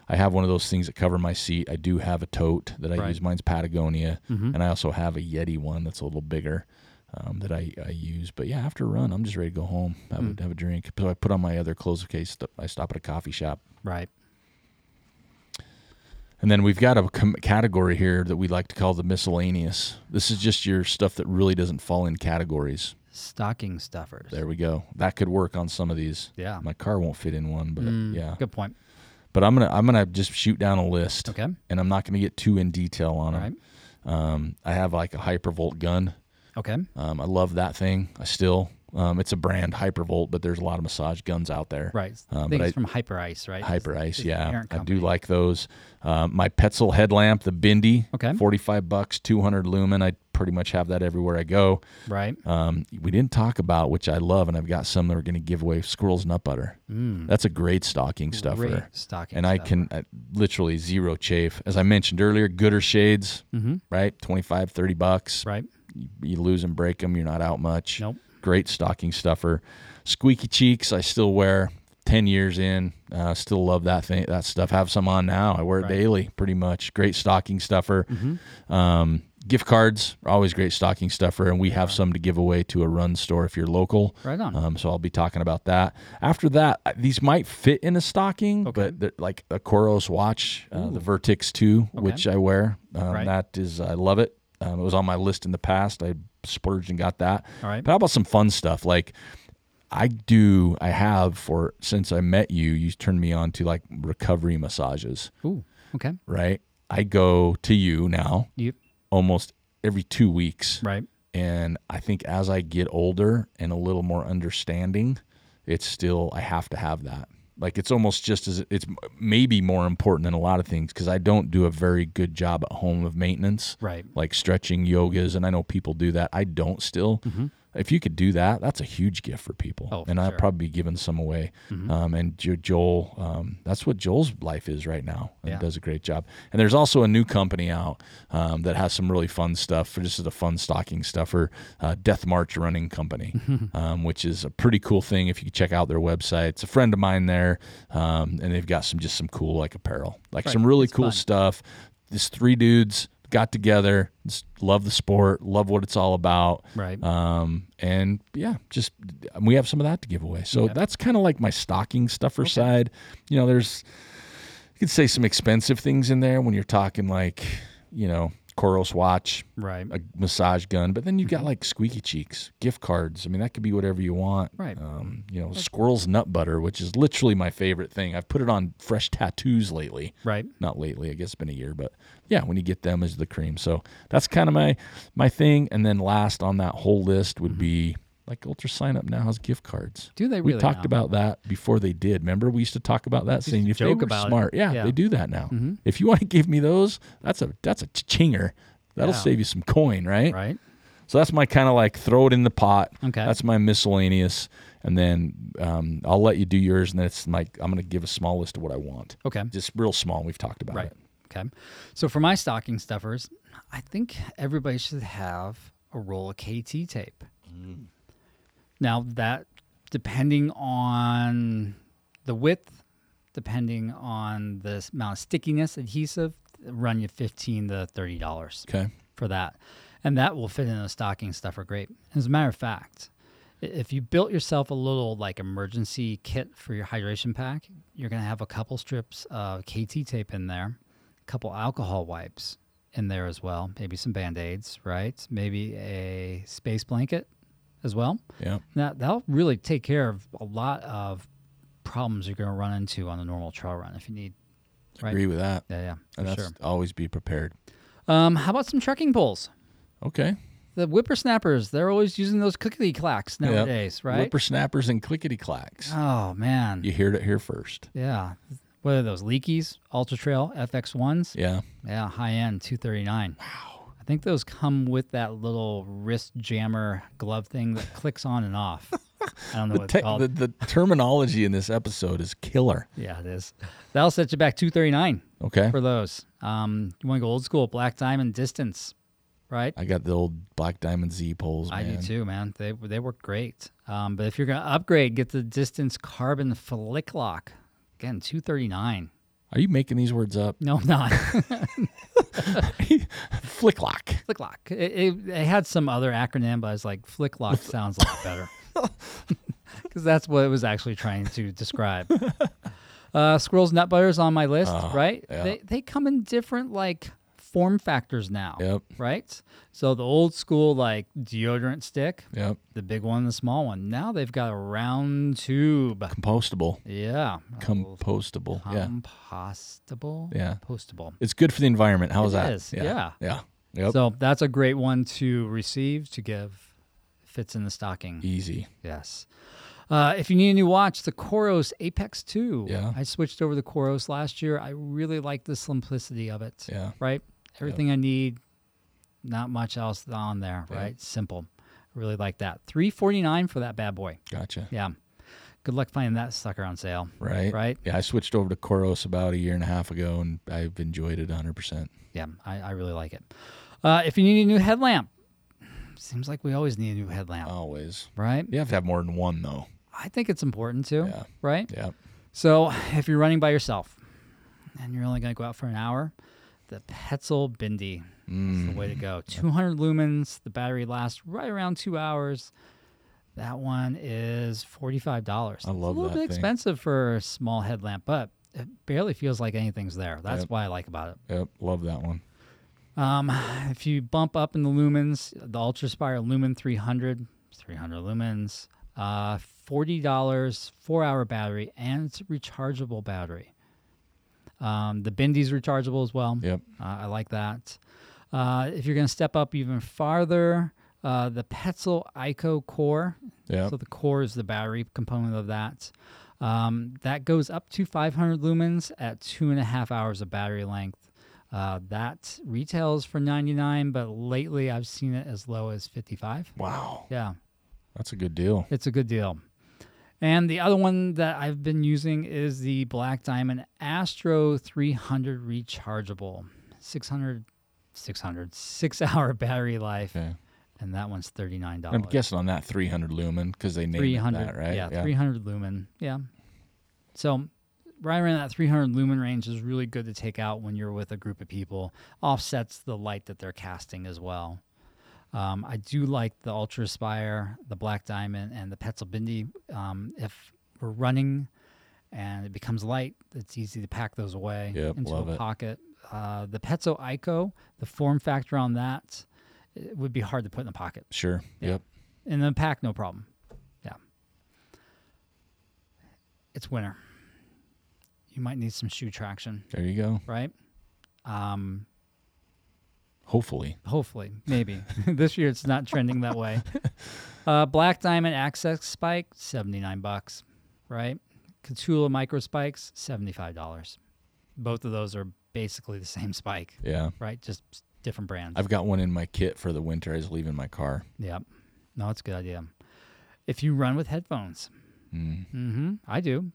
Speaker 1: I have one of those things that cover my seat. I do have a tote that I
Speaker 2: Right. Mm-hmm.
Speaker 1: use. Mine's Patagonia, and I also have a Yeti one that's a little bigger um, that I, I use. But yeah, after a run, I'm just ready to go home, have, a, have a drink. So I put on my other clothes in case st- I stop at a coffee shop.
Speaker 2: right
Speaker 1: And then we've got a com- category here that we like to call the miscellaneous. This is just your stuff that really doesn't fall in categories.
Speaker 2: stocking stuffers
Speaker 1: There we go. That could work on some of these.
Speaker 2: yeah Mm,
Speaker 1: My car won't fit in one, but yeah.
Speaker 2: good point
Speaker 1: But I'm gonna I'm gonna just shoot down a list,
Speaker 2: okay
Speaker 1: and I'm not gonna get too in detail on
Speaker 2: all
Speaker 1: them.
Speaker 2: right
Speaker 1: Um, I have like a Hypervolt gun.
Speaker 2: okay
Speaker 1: Um, I love that thing. I still. Um, it's a brand Hypervolt, but there's a lot of massage guns out there.
Speaker 2: Right. I
Speaker 1: Um,
Speaker 2: think
Speaker 1: but
Speaker 2: it's
Speaker 1: I-
Speaker 2: from Hyper Ice, right? It's-
Speaker 1: Hyper Ice,
Speaker 2: it's the
Speaker 1: yeah, I
Speaker 2: parent
Speaker 1: do
Speaker 2: company.
Speaker 1: like those. Um, my Petzl headlamp, the Bindi,
Speaker 2: Okay.
Speaker 1: forty-five bucks, two hundred lumen. I pretty much have that everywhere I go.
Speaker 2: Right.
Speaker 1: um, we didn't talk about, which I love, and I've got some that we're going to give away. Squirrels nut butter. That's a great stocking stuffer,
Speaker 2: Mm. Great stocking.
Speaker 1: and I can I, literally zero chafe. As I mentioned earlier, gooder shades,
Speaker 2: Mhm.
Speaker 1: right? 25, 30 bucks.
Speaker 2: Right.
Speaker 1: You, you lose and break them. You're not out much.
Speaker 2: Nope.
Speaker 1: Great stocking stuffer. Squeaky cheeks. I still wear. Ten years in, uh, still love that thing, that stuff. Have some on now. I wear it
Speaker 2: Right. Mm-hmm.
Speaker 1: daily, pretty much. Great stocking stuffer. Um, gift cards are always great stocking stuffer, and we have some to give away to a run store if you're local.
Speaker 2: Right on.
Speaker 1: Um, so I'll be talking about that. After that, I- these might fit in a stocking,
Speaker 2: Okay.
Speaker 1: but they're like a Coros watch, uh, the Vertix 2, which I wear. Um,
Speaker 2: Right.
Speaker 1: That is, I love it. Um, it was on my list in the past. I splurged and got that.
Speaker 2: All right.
Speaker 1: But how about some fun stuff like? I do. I have for since I met you. You turned me on to like recovery massages,
Speaker 2: Ooh. Okay.
Speaker 1: right? I go to you now
Speaker 2: You.
Speaker 1: almost every two weeks.
Speaker 2: Right.
Speaker 1: And I think as I get older and a little more understanding, it's still, I have to have that. Like it's almost just as, it's m- maybe more important than a lot of things because I don't do a very good job at home of maintenance,
Speaker 2: Right.
Speaker 1: like stretching, yogas. And I know people do that. I don't still. If you could do that, that's a huge gift for people.
Speaker 2: Mm-hmm. Oh, for
Speaker 1: and I'll
Speaker 2: sure.
Speaker 1: probably be giving some away.
Speaker 2: Mm-hmm.
Speaker 1: Um, and Jo- Joel, um, that's what Joel's life is right now and
Speaker 2: Yeah.
Speaker 1: does a great job. And there's also a new company out um, that has some really fun stuff. This is a fun stocking stuffer, uh, Death March Running Company, um, which is a pretty cool thing if you check out their website. It's a friend of mine there, um, and they've got some just some cool like apparel, like
Speaker 2: Right.
Speaker 1: some really
Speaker 2: It's
Speaker 1: cool
Speaker 2: fun.
Speaker 1: stuff. These three dudes got together, just love the sport, love what it's all about.
Speaker 2: Right.
Speaker 1: Um, and yeah, just we have some of that to give away. So that's kind of like my stocking stuffer side. You know, there's you could say some expensive things in there when you're talking like, you know, Coros watch,
Speaker 2: Right.
Speaker 1: a massage gun, but then you've got like squeaky cheeks, gift cards. I mean, that could be whatever you want.
Speaker 2: Right.
Speaker 1: Um, you know, squirrel's nut butter, which is literally my favorite thing. I've put it on fresh tattoos lately.
Speaker 2: Right.
Speaker 1: Not lately, I guess it's been a year, but yeah, when you get them is the cream. So that's kind of my my thing. And then last on that whole list would be like Ultra Sign Up now has gift cards.
Speaker 2: Do Mm-hmm. they
Speaker 1: we
Speaker 2: really
Speaker 1: talked
Speaker 2: now?
Speaker 1: about that before they did. Remember, we used to talk about that, saying if they
Speaker 2: joke
Speaker 1: were
Speaker 2: about it.
Speaker 1: smart, yeah,
Speaker 2: Yeah. Mm-hmm.
Speaker 1: they do that now. If you want to give me those, that's a that's a chinger. That'll
Speaker 2: Yeah.
Speaker 1: save you some coin, right?
Speaker 2: Right.
Speaker 1: So that's my kind of like throw it in the pot.
Speaker 2: Okay.
Speaker 1: That's my miscellaneous, and then um, I'll let you do yours, and that's my I'm gonna give a small list of what I want.
Speaker 2: Okay.
Speaker 1: Just real small. We've talked about
Speaker 2: Right.
Speaker 1: it.
Speaker 2: Okay. So for my stocking stuffers, I think everybody should have a roll of KT tape.
Speaker 1: Mm.
Speaker 2: Now that depending on the width, depending on the s- amount of stickiness, adhesive, run you fifteen to thirty dollars
Speaker 1: Okay.
Speaker 2: for that. And that will fit in a stocking stuffer great. As a matter of fact, i- if you built yourself a little like emergency kit for your hydration pack, you're going to have a couple strips of KT tape in there, a couple alcohol wipes in there as well, maybe some band aids, right? Maybe a space blanket as well.
Speaker 1: Yeah.
Speaker 2: Now, that'll really take care of a lot of problems you're going to run into on a normal trail run if you need. Right.
Speaker 1: Agree with that.
Speaker 2: Yeah, yeah, for
Speaker 1: And that's
Speaker 2: sure.
Speaker 1: always be prepared.
Speaker 2: Um, how about some trekking poles?
Speaker 1: Okay.
Speaker 2: the whippersnappers, they're always using those clickety clacks
Speaker 1: Yeah.
Speaker 2: nowadays, right?
Speaker 1: Whippersnappers and clickety clacks.
Speaker 2: oh man.
Speaker 1: You heard it here first.
Speaker 2: Yeah. What are those? Leakies, Ultra Trail, FX ones?
Speaker 1: Yeah.
Speaker 2: Yeah, high end, two thirty nine. Wow. I think those come with that little wrist jammer glove thing that clicks on and off. I don't know what
Speaker 1: Te-
Speaker 2: it's called.
Speaker 1: the, the terminology in this episode is killer.
Speaker 2: yeah, it is. That'll set you back two thirty nine
Speaker 1: Okay.
Speaker 2: for those. Um, you want to go old school, black diamond distance, right?
Speaker 1: I got the old Black Diamond Z poles.
Speaker 2: I do
Speaker 1: man.
Speaker 2: too, man. They they work great. Um, but if you're gonna upgrade, get the distance carbon flick lock. Again, two thirty nine.
Speaker 1: Are you making these words up?
Speaker 2: No, I'm not
Speaker 1: Flick lock.
Speaker 2: flick lock. It, it, it had some other acronym, but I was like, flick lock sounds like better because that's what it was actually trying to describe. Uh, squirrels nut butters on my list, right? They they come in different like form factors now.
Speaker 1: Yep.
Speaker 2: Right. So the old school like deodorant stick.
Speaker 1: Yep.
Speaker 2: The big one, and the small one. Now they've got a round tube.
Speaker 1: Compostable.
Speaker 2: Yeah. a little
Speaker 1: Compostable. Yeah.
Speaker 2: Compostable.
Speaker 1: Yeah.
Speaker 2: Postable.
Speaker 1: It's good for the environment. How's
Speaker 2: It
Speaker 1: that?
Speaker 2: is, yeah.
Speaker 1: Yeah. Yep.
Speaker 2: So that's a great one to receive, to give. Fits in the stocking.
Speaker 1: Easy.
Speaker 2: Yes. Uh, if you need a new watch, the Koros Apex 2.
Speaker 1: Yeah.
Speaker 2: I switched over to Koros last year. I really like the simplicity of it.
Speaker 1: Yeah.
Speaker 2: Right? Everything I need, not much else on there, right? Simple. I really like that. 349 for that bad boy.
Speaker 1: Gotcha.
Speaker 2: Yeah. Good luck finding that sucker on sale.
Speaker 1: Right.
Speaker 2: Right.
Speaker 1: Yeah. I switched over to Koros about a year and a half ago and I've enjoyed it 100%.
Speaker 2: Yeah, I, I really like it. Uh, if you need a new headlamp, seems like we always need a new headlamp,
Speaker 1: Uh, Always.
Speaker 2: right?
Speaker 1: You have to have more than one though.
Speaker 2: I think it's important too,
Speaker 1: Yeah.
Speaker 2: right?
Speaker 1: Yeah.
Speaker 2: So if you're running by yourself and you're only going to go out for an hour, the Petzl Bindi is
Speaker 1: Mm.
Speaker 2: the way to go. 200 lumens, the battery lasts right around two hours. That one is $45.
Speaker 1: love
Speaker 2: I It's a little
Speaker 1: that
Speaker 2: bit
Speaker 1: thing.
Speaker 2: expensive for a small headlamp, but it barely feels like anything's there. That's
Speaker 1: Yep.
Speaker 2: why I like about it.
Speaker 1: Yep. Love that one.
Speaker 2: Um, if you bump up in the lumens, the UltraSpire Lumen 300, 300 lumens, uh, forty dollars, four hour battery, and it's a rechargeable battery. Um, the Bindi's rechargeable as well.
Speaker 1: Yep.
Speaker 2: Uh, I like that. Uh, if you're gonna step up even farther, uh, the Petzl ICO core.
Speaker 1: Yep.
Speaker 2: So the core is the battery component of that. Um, that goes up to 500 lumens at two and a half hours of battery length. Uh, that retails for 99, but lately I've seen it as low as 55.
Speaker 1: Wow.
Speaker 2: Yeah,
Speaker 1: That's a good deal.
Speaker 2: it's a good deal. And the other one that I've been using is the Black Diamond Astro 300 rechargeable, 600, 600, six hour battery life,
Speaker 1: Okay.
Speaker 2: and that one's $39.
Speaker 1: I'm guessing on that 300 lumen because they named it
Speaker 2: 300
Speaker 1: that, right?
Speaker 2: yeah, 300 lumen yeah so right around that 300 lumen range is really good to take out when you're with a group of people offsets the light that they're casting as well um, i do like the ultra spire the black diamond and the petzl bindi um, if we're running and it becomes light it's easy to pack those away
Speaker 1: Yep,
Speaker 2: into
Speaker 1: love
Speaker 2: a
Speaker 1: it.
Speaker 2: pocket uh, the Pezzo Ico, the form factor on that it would be hard to put in the pocket.
Speaker 1: Sure.
Speaker 2: Yeah.
Speaker 1: Yep.
Speaker 2: In the pack, no problem. Yeah. It's winter. You might need some shoe traction,
Speaker 1: There you go.
Speaker 2: right? Um,
Speaker 1: Hopefully.
Speaker 2: hopefully, maybe. this year it's not trending that way. Uh, Black Diamond Access Spike, 79 bucks, right? Catula Micro Spikes, $75. Both of those are basically the same spike,
Speaker 1: Yeah.
Speaker 2: right? Just s- different brands.
Speaker 1: I've got one in my kit for the winter. I just leave in my car.
Speaker 2: Yep. No, it's a good idea. If you run with headphones,
Speaker 1: Mm.
Speaker 2: mm-hmm, I do.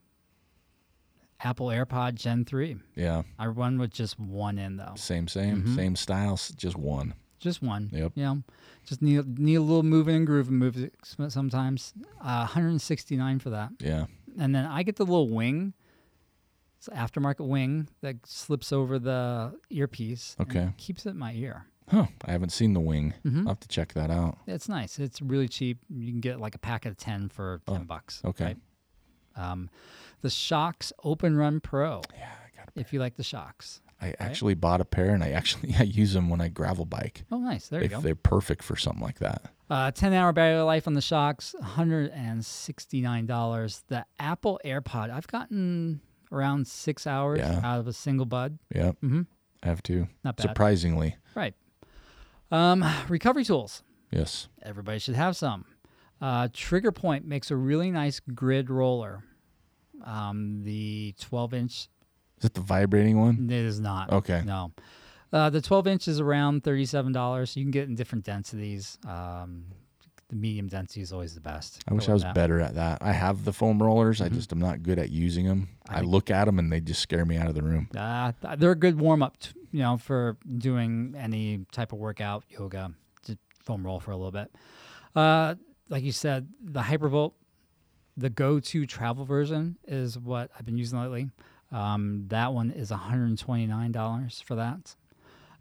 Speaker 2: Apple AirPod Gen 3.
Speaker 1: Yeah.
Speaker 2: I run with just one in, though.
Speaker 1: Same, same,
Speaker 2: Mhm.
Speaker 1: same style. s- Just one.
Speaker 2: Just one.
Speaker 1: Yep.
Speaker 2: You know, just need, need a little moving and grooving music s- sometimes. Uh, 169 for that.
Speaker 1: Yeah.
Speaker 2: And then I get the little wing. It's an aftermarket wing that slips over the earpiece. and
Speaker 1: Okay.
Speaker 2: keeps it in my ear.
Speaker 1: Huh. I haven't seen the wing.
Speaker 2: Mhm.
Speaker 1: I'll have to check that out.
Speaker 2: It's nice. It's really cheap. You can get like a packet of 10 for 10 bucks.
Speaker 1: Oh. Okay.
Speaker 2: right? Um, the Shocks Open Run Pro,
Speaker 1: Yeah. I, got
Speaker 2: if you like the Shocks.
Speaker 1: I actually bought a pair and I actually I use them when I gravel bike.
Speaker 2: Oh, nice. There
Speaker 1: They,
Speaker 2: you go.
Speaker 1: they're perfect for something like that.
Speaker 2: Uh, 10 hour battery life on the Shocks, $169. The Apple AirPod, I've gotten around six hours
Speaker 1: Yeah.
Speaker 2: out of a single bud.
Speaker 1: Yep.
Speaker 2: Mhm.
Speaker 1: I have to.
Speaker 2: Not bad.
Speaker 1: Surprisingly.
Speaker 2: Right. Um, recovery tools.
Speaker 1: Yes.
Speaker 2: Everybody should have some. Uh, Trigger Point makes a really nice grid roller. Um, the 12 inch
Speaker 1: Is it the vibrating one?
Speaker 2: It is not.
Speaker 1: Okay.
Speaker 2: No. Uh, the 12 inch is around $37. You can get in different densities. Um, the medium density is always the best.
Speaker 1: I wish
Speaker 2: Go
Speaker 1: I
Speaker 2: with
Speaker 1: was
Speaker 2: that. Mm-hmm.
Speaker 1: better at that. I have the foam rollers. I just am not good at using them. I, look at them and they just scare me out of the room.
Speaker 2: Uh, th- they're a good warm up, t- you know, for doing any type of workout, yoga, just foam roll for a little bit. Uh, like you said, the Hypervolt, the go to travel version is what I've been using lately. Um, that one is $129 for that.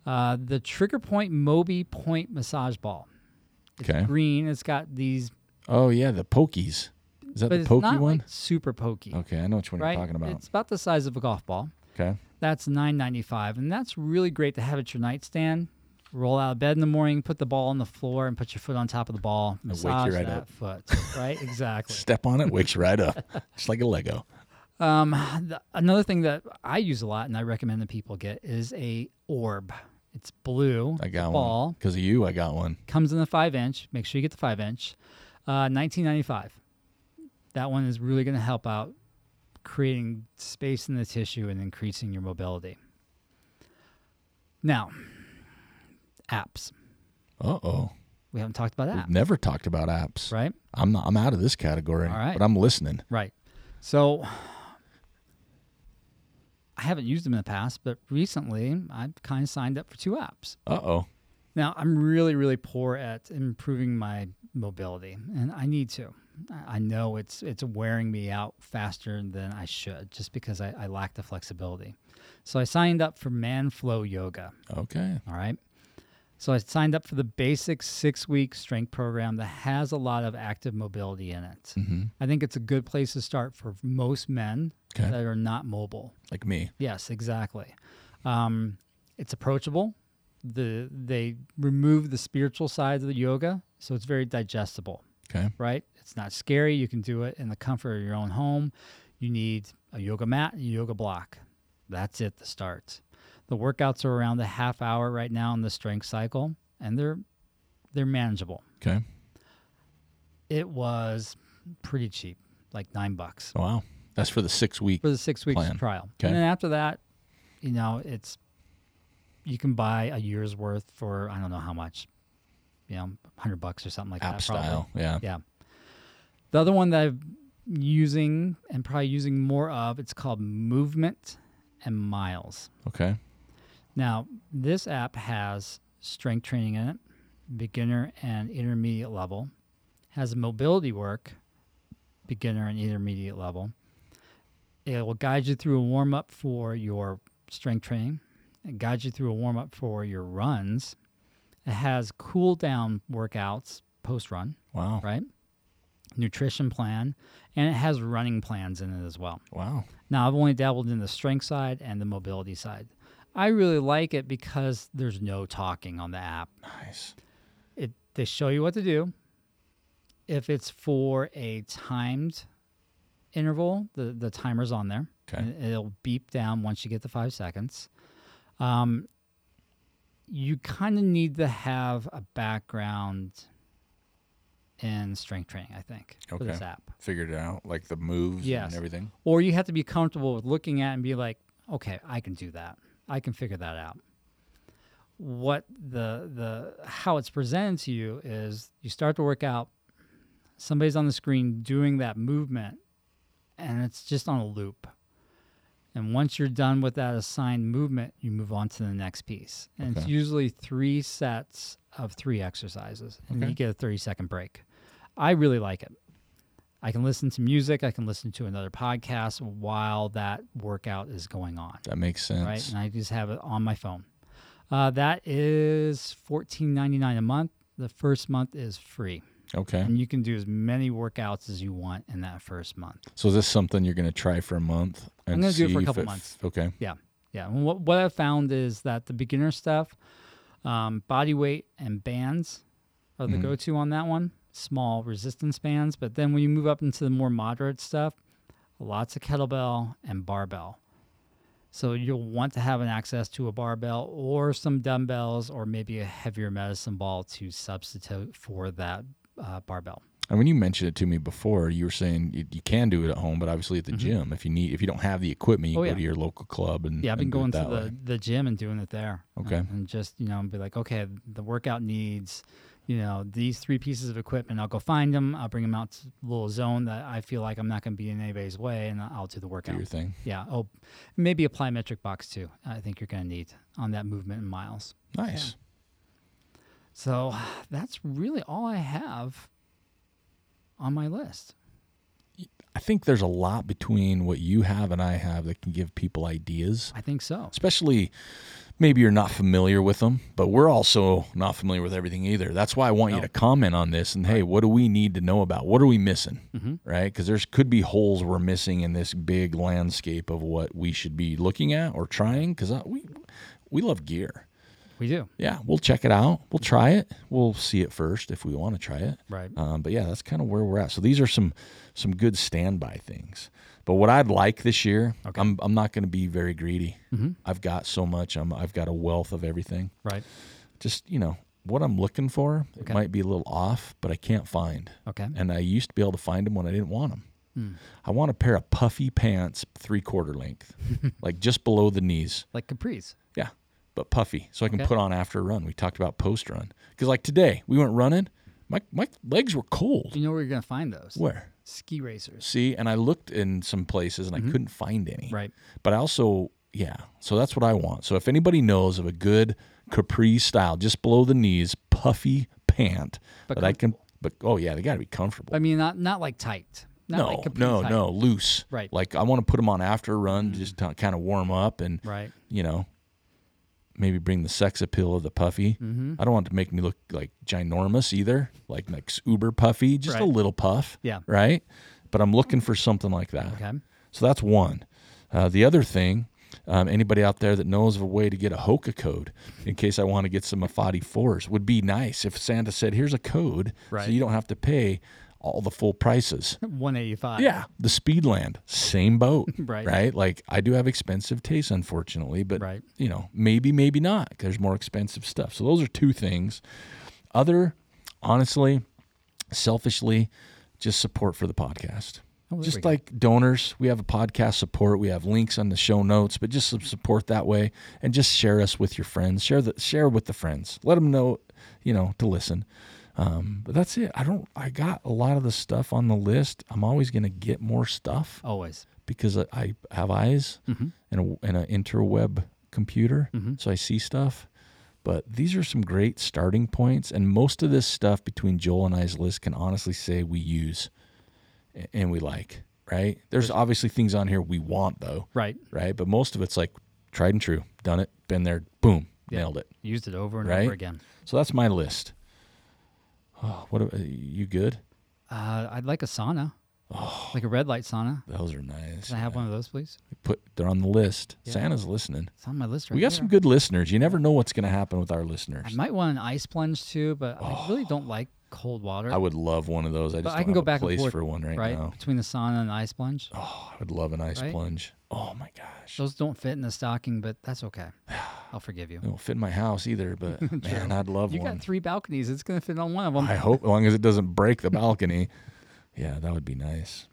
Speaker 2: Uh, the Trigger Point Moby Point Massage Ball.
Speaker 1: Okay.
Speaker 2: Green, it's got these,
Speaker 1: Oh yeah, the pokies. Is that
Speaker 2: but
Speaker 1: the
Speaker 2: it's
Speaker 1: pokey
Speaker 2: not
Speaker 1: one?
Speaker 2: like super pokey,
Speaker 1: okay, I know which one
Speaker 2: right?
Speaker 1: you're talking about.
Speaker 2: It's about the size of a golf ball.
Speaker 1: Okay.
Speaker 2: That's nine ninety five, and that's really great to have at your nightstand. Roll out of bed in the morning, put the ball on the floor, and put your foot on top of the ball.
Speaker 1: wake
Speaker 2: Massage
Speaker 1: you right
Speaker 2: that
Speaker 1: up.
Speaker 2: foot, right? Exactly.
Speaker 1: Step on it, wakes you right up, just like a Lego.
Speaker 2: Um, the, another thing that I use a lot, and I recommend that people get, is a orb. It's
Speaker 1: I
Speaker 2: blue. it's a
Speaker 1: got one
Speaker 2: ball.
Speaker 1: because of you. I got one.
Speaker 2: Comes in the five inch. Make sure you get the five inch. Uh, Nineteen ninety five. That one is really going to help out creating space in the tissue and increasing your mobility. Now, apps.
Speaker 1: Uh oh.
Speaker 2: We haven't talked about
Speaker 1: We've
Speaker 2: apps,
Speaker 1: never talked about apps.
Speaker 2: right?
Speaker 1: I'm not. I'm out of this category.
Speaker 2: All right.
Speaker 1: But I'm listening.
Speaker 2: Right. So I haven't used them in the past, but recently I've kind of signed up for two apps.
Speaker 1: Uh oh.
Speaker 2: Now I'm really, really poor at improving my mobility, and I need to. I- I know it's it's wearing me out faster than I should, just because I, I lack the flexibility. So I signed up for Manflow Yoga.
Speaker 1: Okay.
Speaker 2: All right. So I signed up for the basic six week strength program that has a lot of active mobility in it.
Speaker 1: Mm-hmm.
Speaker 2: I think it's a good place to start for most men
Speaker 1: Okay.
Speaker 2: that are not mobile.
Speaker 1: Like me.
Speaker 2: Yes, exactly. Um, it's approachable. The they remove the spiritual sides of the yoga, so it's very digestible.
Speaker 1: Okay.
Speaker 2: Right? It's not scary. You can do it in the comfort of your own home. You need a yoga mat and a yoga block. That's it to start. The workouts are around a half hour right now in the strength cycle, and they're they're manageable.
Speaker 1: Okay.
Speaker 2: It was pretty cheap, like nine bucks.
Speaker 1: Wow. That's for the six week.
Speaker 2: for the six weeks
Speaker 1: plan.
Speaker 2: trial.
Speaker 1: Okay.
Speaker 2: And then after that, you know, it's you can buy a year's worth for I don't know how much, you know, hundred bucks or something like
Speaker 1: App
Speaker 2: that. probably.
Speaker 1: style. Yeah.
Speaker 2: Yeah. The other one that I'm using and probably using more of, it's called Movement and Miles.
Speaker 1: Okay.
Speaker 2: Now, this app has strength training in it, beginner and intermediate level, has mobility work, beginner and intermediate level. It will guide you through a warm up for your strength training, it guides you through a warm up for your runs. It has cool down workouts post run,
Speaker 1: Wow.
Speaker 2: right? Nutrition plan, and it has running plans in it as well.
Speaker 1: Wow.
Speaker 2: Now, I've only dabbled in the strength side and the mobility side. I really like it because there's no talking on the app.
Speaker 1: Nice.
Speaker 2: It they show you what to do. If it's for a timed interval, the the timer's on there.
Speaker 1: Okay.
Speaker 2: And It'll beep down once you get to five seconds. Um, you kind of need to have a background in strength training, I think, for this
Speaker 1: Okay.
Speaker 2: app
Speaker 1: Figured it out, like the moves
Speaker 2: Yes.
Speaker 1: and everything.
Speaker 2: or you have to be comfortable with looking at it and be like, okay, I can do that. I can figure that out. What the the how it's presented to you is you start to work out, somebody's on the screen doing that movement, and it's just on a loop. And once you're done with that assigned movement, you move on to the next piece. And it's
Speaker 1: Okay.
Speaker 2: usually three sets of three exercises, and
Speaker 1: Okay.
Speaker 2: you get a 30 second break. I really like it. I can listen to music, I can listen to another podcast while that workout is going on,
Speaker 1: That makes
Speaker 2: right?
Speaker 1: sense.
Speaker 2: And I just have it on my phone. Uh, that is fourteen ninety nine a month. The first month is free,
Speaker 1: Okay.
Speaker 2: and you can do as many workouts as you want in that first month.
Speaker 1: So is this something you're going to try for a month? And
Speaker 2: gonna do it for a
Speaker 1: if
Speaker 2: couple
Speaker 1: f-
Speaker 2: months.
Speaker 1: Okay.
Speaker 2: Yeah, yeah. And what what I found is that the beginner stuff, um, body weight and bands, are the go to on that one. Small resistance bands, but then when you move up into the more moderate stuff, lots of kettlebell and barbell. So you'll want to have an access to a barbell or some dumbbells or maybe a heavier medicine ball to substitute for that uh, barbell.
Speaker 1: And when you mentioned it to me before, you were saying you, you can do it at home, but obviously at the gym, if you need, if you don't have the equipment, you go
Speaker 2: Mm-hmm. Oh, yeah.
Speaker 1: to your local club and
Speaker 2: Yeah, I've been
Speaker 1: and do it
Speaker 2: going to
Speaker 1: that
Speaker 2: the,
Speaker 1: way.
Speaker 2: the gym and doing it there.
Speaker 1: Okay.
Speaker 2: And, and just, you know, be like, okay, the workout needs, you know, these three pieces of equipment. I'll go find them. I'll bring them out to a little zone that I feel like I'm not going to be in anybody's way and I'll do the
Speaker 1: do
Speaker 2: workout.
Speaker 1: your thing.
Speaker 2: Yeah. Oh, maybe a plyometric box too. I think you're going to need on that movement in miles.
Speaker 1: Nice.
Speaker 2: So that's really all I have on my list.
Speaker 1: I think there's a lot between what you have and I have that can give people ideas,
Speaker 2: I think so.
Speaker 1: especially maybe you're not familiar with them, but we're also not familiar with everything either. That's why I want you
Speaker 2: No.
Speaker 1: to comment on this and hey, what do we need to know about? What are we missing? Right? Because there's could be holes we're missing in this big landscape of what we should be looking at or trying. Because we we love gear.
Speaker 2: We do.
Speaker 1: Yeah, we'll check it out. We'll try it. We'll see it first if we want to try it.
Speaker 2: Right.
Speaker 1: Um, but yeah, that's kind of where we're at. So these are some some good standby things. But what I'd like this year, I'm I'm not going to be very greedy. I've got so much. I'm I've got a wealth of everything.
Speaker 2: Right.
Speaker 1: Just you know what I'm looking for. It might be a little off, but I can't find.
Speaker 2: Okay.
Speaker 1: And I used to be able to find them when I didn't want them. I want a pair of puffy pants, three quarter length, like just below the knees.
Speaker 2: Like capris.
Speaker 1: Yeah, but puffy, so I can
Speaker 2: Okay.
Speaker 1: put on after a run. We talked about post run because like today we went running. My my legs were cold.
Speaker 2: You know where you're going to find those?
Speaker 1: Where?
Speaker 2: Ski racers.
Speaker 1: See, and I looked in some places and I couldn't find any.
Speaker 2: Mm-hmm. Right.
Speaker 1: But I also, yeah. So that's what I want. So if anybody knows of a good capri style, just below the knees, puffy pant
Speaker 2: But
Speaker 1: that I can, but oh yeah, they got to be comfortable.
Speaker 2: I mean, not not like tight. Not
Speaker 1: no,
Speaker 2: like capri
Speaker 1: no,
Speaker 2: tight.
Speaker 1: no, loose.
Speaker 2: Right. Mm.
Speaker 1: Like I want to put them on after a run, just to kind of warm up and
Speaker 2: Right.
Speaker 1: you know, maybe bring the sex appeal of the puffy. Mm-hmm. I don't want it to make me look like ginormous either, like like uber puffy, just a
Speaker 2: Right.
Speaker 1: little puff.
Speaker 2: Yeah.
Speaker 1: Right. But I'm looking for something like that.
Speaker 2: Okay.
Speaker 1: So that's one. Uh, the other thing, um, anybody out there that knows of a way to get a Hoka code in case I want to get some Afadi 4s would be nice if Santa said, here's a code
Speaker 2: Right.
Speaker 1: so you don't have to pay all the full prices.
Speaker 2: 185.
Speaker 1: Yeah, the Speedland, same boat,
Speaker 2: Right.
Speaker 1: Right. Like I do have expensive tastes, unfortunately, but
Speaker 2: Right.
Speaker 1: you know, maybe, maybe not. 'cause There's more expensive stuff. So those are two things. Other, honestly, selfishly, just support for the podcast.
Speaker 2: Oh, there we
Speaker 1: just
Speaker 2: go.
Speaker 1: like donors, we have a podcast support. We have links on the show notes, but just some support that way, and just share us with your friends. Share the share with the friends. Let them know, you know, to listen. Um, but that's it. I don't. I got a lot of the stuff on the list. I'm always gonna get more stuff
Speaker 2: Always. Mm-hmm.
Speaker 1: because I, I have eyes
Speaker 2: Hmm.
Speaker 1: and a, and an interweb computer, so I see stuff. But these are some great starting points, and most of this stuff between Joel and I's list can honestly say we use a- and we like. Right? There's obviously things on here we want though.
Speaker 2: Right.
Speaker 1: Right? But most of it's like tried and true, done it, been there, boom, nailed it.
Speaker 2: Used it over and
Speaker 1: Right.
Speaker 2: over again.
Speaker 1: So that's my list. Oh, what? a- You good?
Speaker 2: Uh, I'd like a sauna.
Speaker 1: Oh.
Speaker 2: like a red light sauna.
Speaker 1: Those are nice.
Speaker 2: Can I have one of those, please?
Speaker 1: Put they're on the list.
Speaker 2: Yeah.
Speaker 1: Santa's listening.
Speaker 2: It's on my list right
Speaker 1: we got
Speaker 2: here.
Speaker 1: some good listeners. You never know what's going to happen with our
Speaker 2: I
Speaker 1: listeners.
Speaker 2: might want an ice plunge too, but I really don't like cold water.
Speaker 1: Oh. I would love one of those. I just
Speaker 2: but I
Speaker 1: don't
Speaker 2: can
Speaker 1: have
Speaker 2: go
Speaker 1: a
Speaker 2: back
Speaker 1: place
Speaker 2: and forth
Speaker 1: for one right, now.
Speaker 2: between the sauna and the ice plunge.
Speaker 1: Oh, I would love an ice
Speaker 2: Right?
Speaker 1: plunge. Oh my gosh.
Speaker 2: Those don't fit in the stocking, but that's okay. I'll forgive you.
Speaker 1: It won't fit in my house either, but man, I'd love
Speaker 2: You
Speaker 1: one.
Speaker 2: got three balconies. It's gonna fit on one of them.
Speaker 1: I hope, as long as it doesn't break the balcony. Yeah, that would be nice.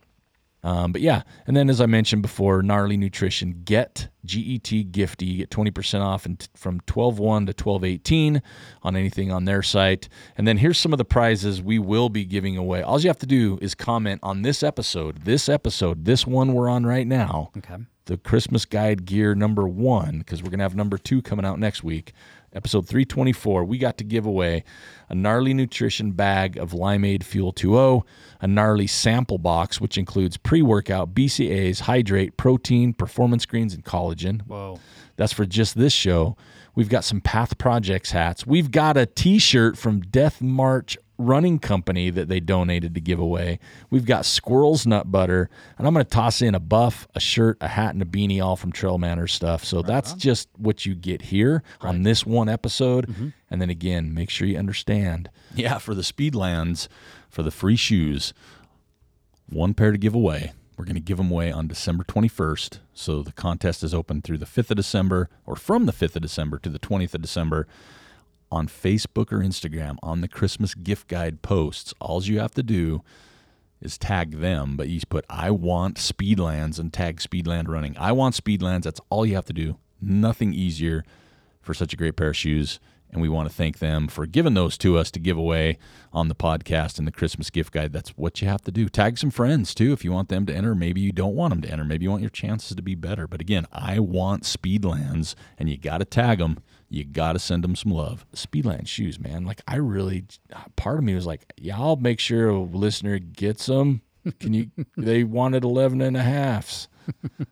Speaker 1: Um, but yeah, and then as I mentioned before, gnarly nutrition get G E T gifty. You get twenty percent off and t- from twelve one to twelve eighteen on anything on their site. And then here's some of the prizes we will be giving away. All you have to do is comment on this episode, this episode, this one we're on right now
Speaker 2: okay.
Speaker 1: the Christmas guide gear number one, because we're going to have number two coming out next week, episode 324. We got to give away a gnarly nutrition bag of Limeade Fuel 2.0, a gnarly sample box, which includes pre workout, BCAs, hydrate, protein, performance greens, and collagen.
Speaker 2: Whoa.
Speaker 1: That's for just this show. We've got some Path Projects hats. We've got a t shirt from Death March Running Company that they donated to give away. We've got Squirrel's Nut Butter. And I'm going to toss in a buff, a shirt, a hat, and a beanie, all from Trail Manners stuff. So that's just what you get here on this one episode. And then again, make sure you understand.
Speaker 3: Mm-hmm. Yeah, for the Speedlands, for the free shoes, one pair to give away. We're going to give them away on December 21st. So the contest is open through the 5th of December or from the 5th of December to the 20th of December on Facebook or Instagram on the Christmas gift guide posts. All you have to do is tag them, but you just put I want Speedlands and tag Speedland running. I want Speedlands. That's all you have to do. Nothing easier for such a great pair of shoes. And we want to thank them for giving those to us to give away on the podcast and the Christmas gift guide. That's what you have to do. Tag some friends too if you want them to enter. Maybe you don't want them to enter. Maybe you want your chances to be better. But again, I want Speedlands, and you got to tag them. You got to send them some love.
Speaker 1: Speedland shoes, man. Like I really, part of me was like, yeah, I'll make sure a listener gets them. Can you? they wanted 11 and a halfs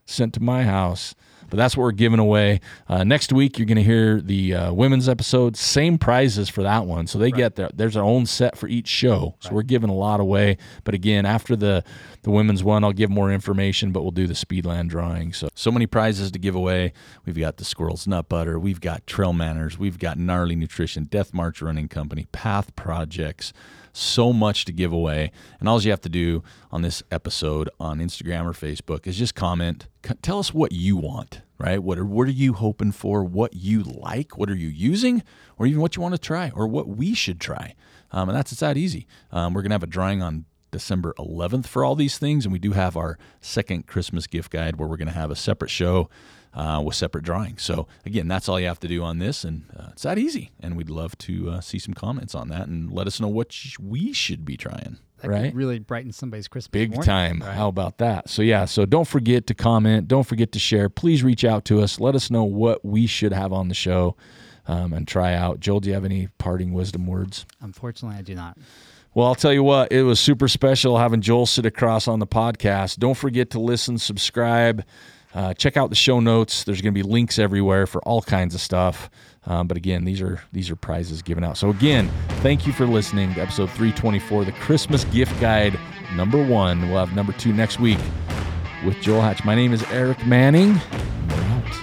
Speaker 1: sent to my house, but that's what we're giving away. Uh, next week, you're going to hear the uh, women's episode. Same prizes for that one, so they get their there's their own set for each show. So we're giving a lot away. But again, after the the women's one, I'll give more information. But we'll do the Speedland drawing. So
Speaker 3: So many prizes to give away. We've got the Squirrel's Nut Butter. We've got Trail Manners. We've got Gnarly Nutrition, Death March Running Company, Path Projects. So much to give away. And all you have to do on this episode on Instagram or Facebook is just comment. C- Tell us what you want, right? What are, what are you hoping for? What you like? What are you using? Or even what you want to try or what we should try. Um, and that's it's that easy. Um, we're going to have a drawing on December 11th for all these things. And we do have our second Christmas gift guide where we're going to have a separate show uh, with separate drawings. So, again, that's all you have to do on this. And uh, it's that easy. And we'd love to uh, see some comments on that and let us know what sh- we should be trying.
Speaker 2: That
Speaker 1: Right?
Speaker 2: could really brighten somebody's Christmas.
Speaker 1: Big
Speaker 2: morning.
Speaker 1: time. How about that? So yeah, so don't forget to comment. Don't forget to share. Please reach out to us. Let us know what we should have on the show um, and try out. Joel, do you have any parting wisdom words?
Speaker 2: Unfortunately, I do not.
Speaker 1: Well, I'll tell you what, it was super special having Joel sit across on the podcast. Don't forget to listen, subscribe, uh, check out the show notes. There's going to be links everywhere for all kinds of stuff. Um, but again, these are these are prizes given out. So again, thank you for listening to episode 324, the Christmas gift guide number one. We'll have number two next week with Joel Hatch. My name is Eric Manning. and we're out.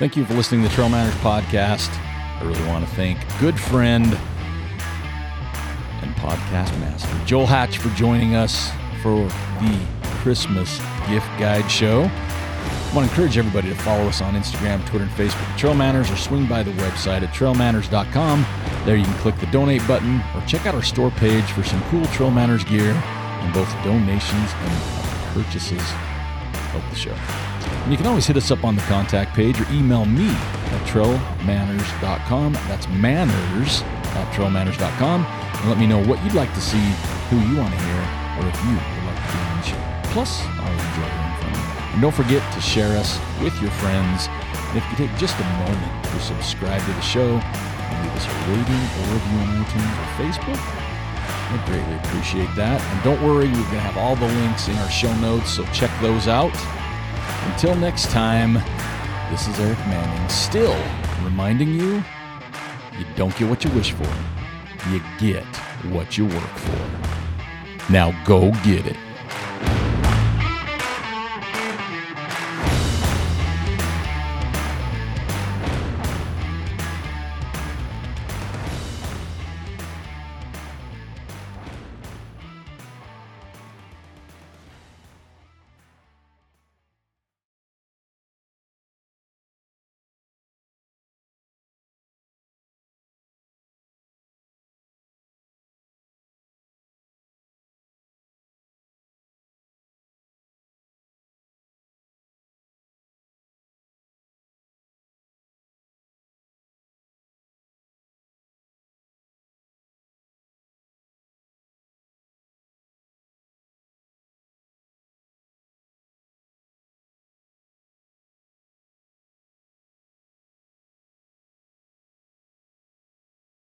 Speaker 3: Thank you for listening to the Trail Manners podcast. I really want to thank good friend and podcast master Joel Hatch for joining us for the Christmas gift guide show. I want to encourage everybody to follow us on Instagram, Twitter, and Facebook at Trail Manners or swing by the website at trailmanners.com. There you can click the donate button or check out our store page for some cool Trail Manners gear and both donations and purchases help the show. And you can always hit us up on the contact page or email me at trailmanners.com. That's manners at trailmanners.com. And let me know what you'd like to see, who you want to hear, or if you would like to be on the show. Plus, I will enjoy hearing from you. And don't forget to share us with your friends. And if you take just a moment to subscribe to the show and leave us a rating or review on iTunes or Facebook, I greatly appreciate that. And don't worry, we're going to have all the links in our show notes, so check those out. Until next time, this is Eric Manning, still reminding you you don't get what you wish for, you get what you work for. Now go get it.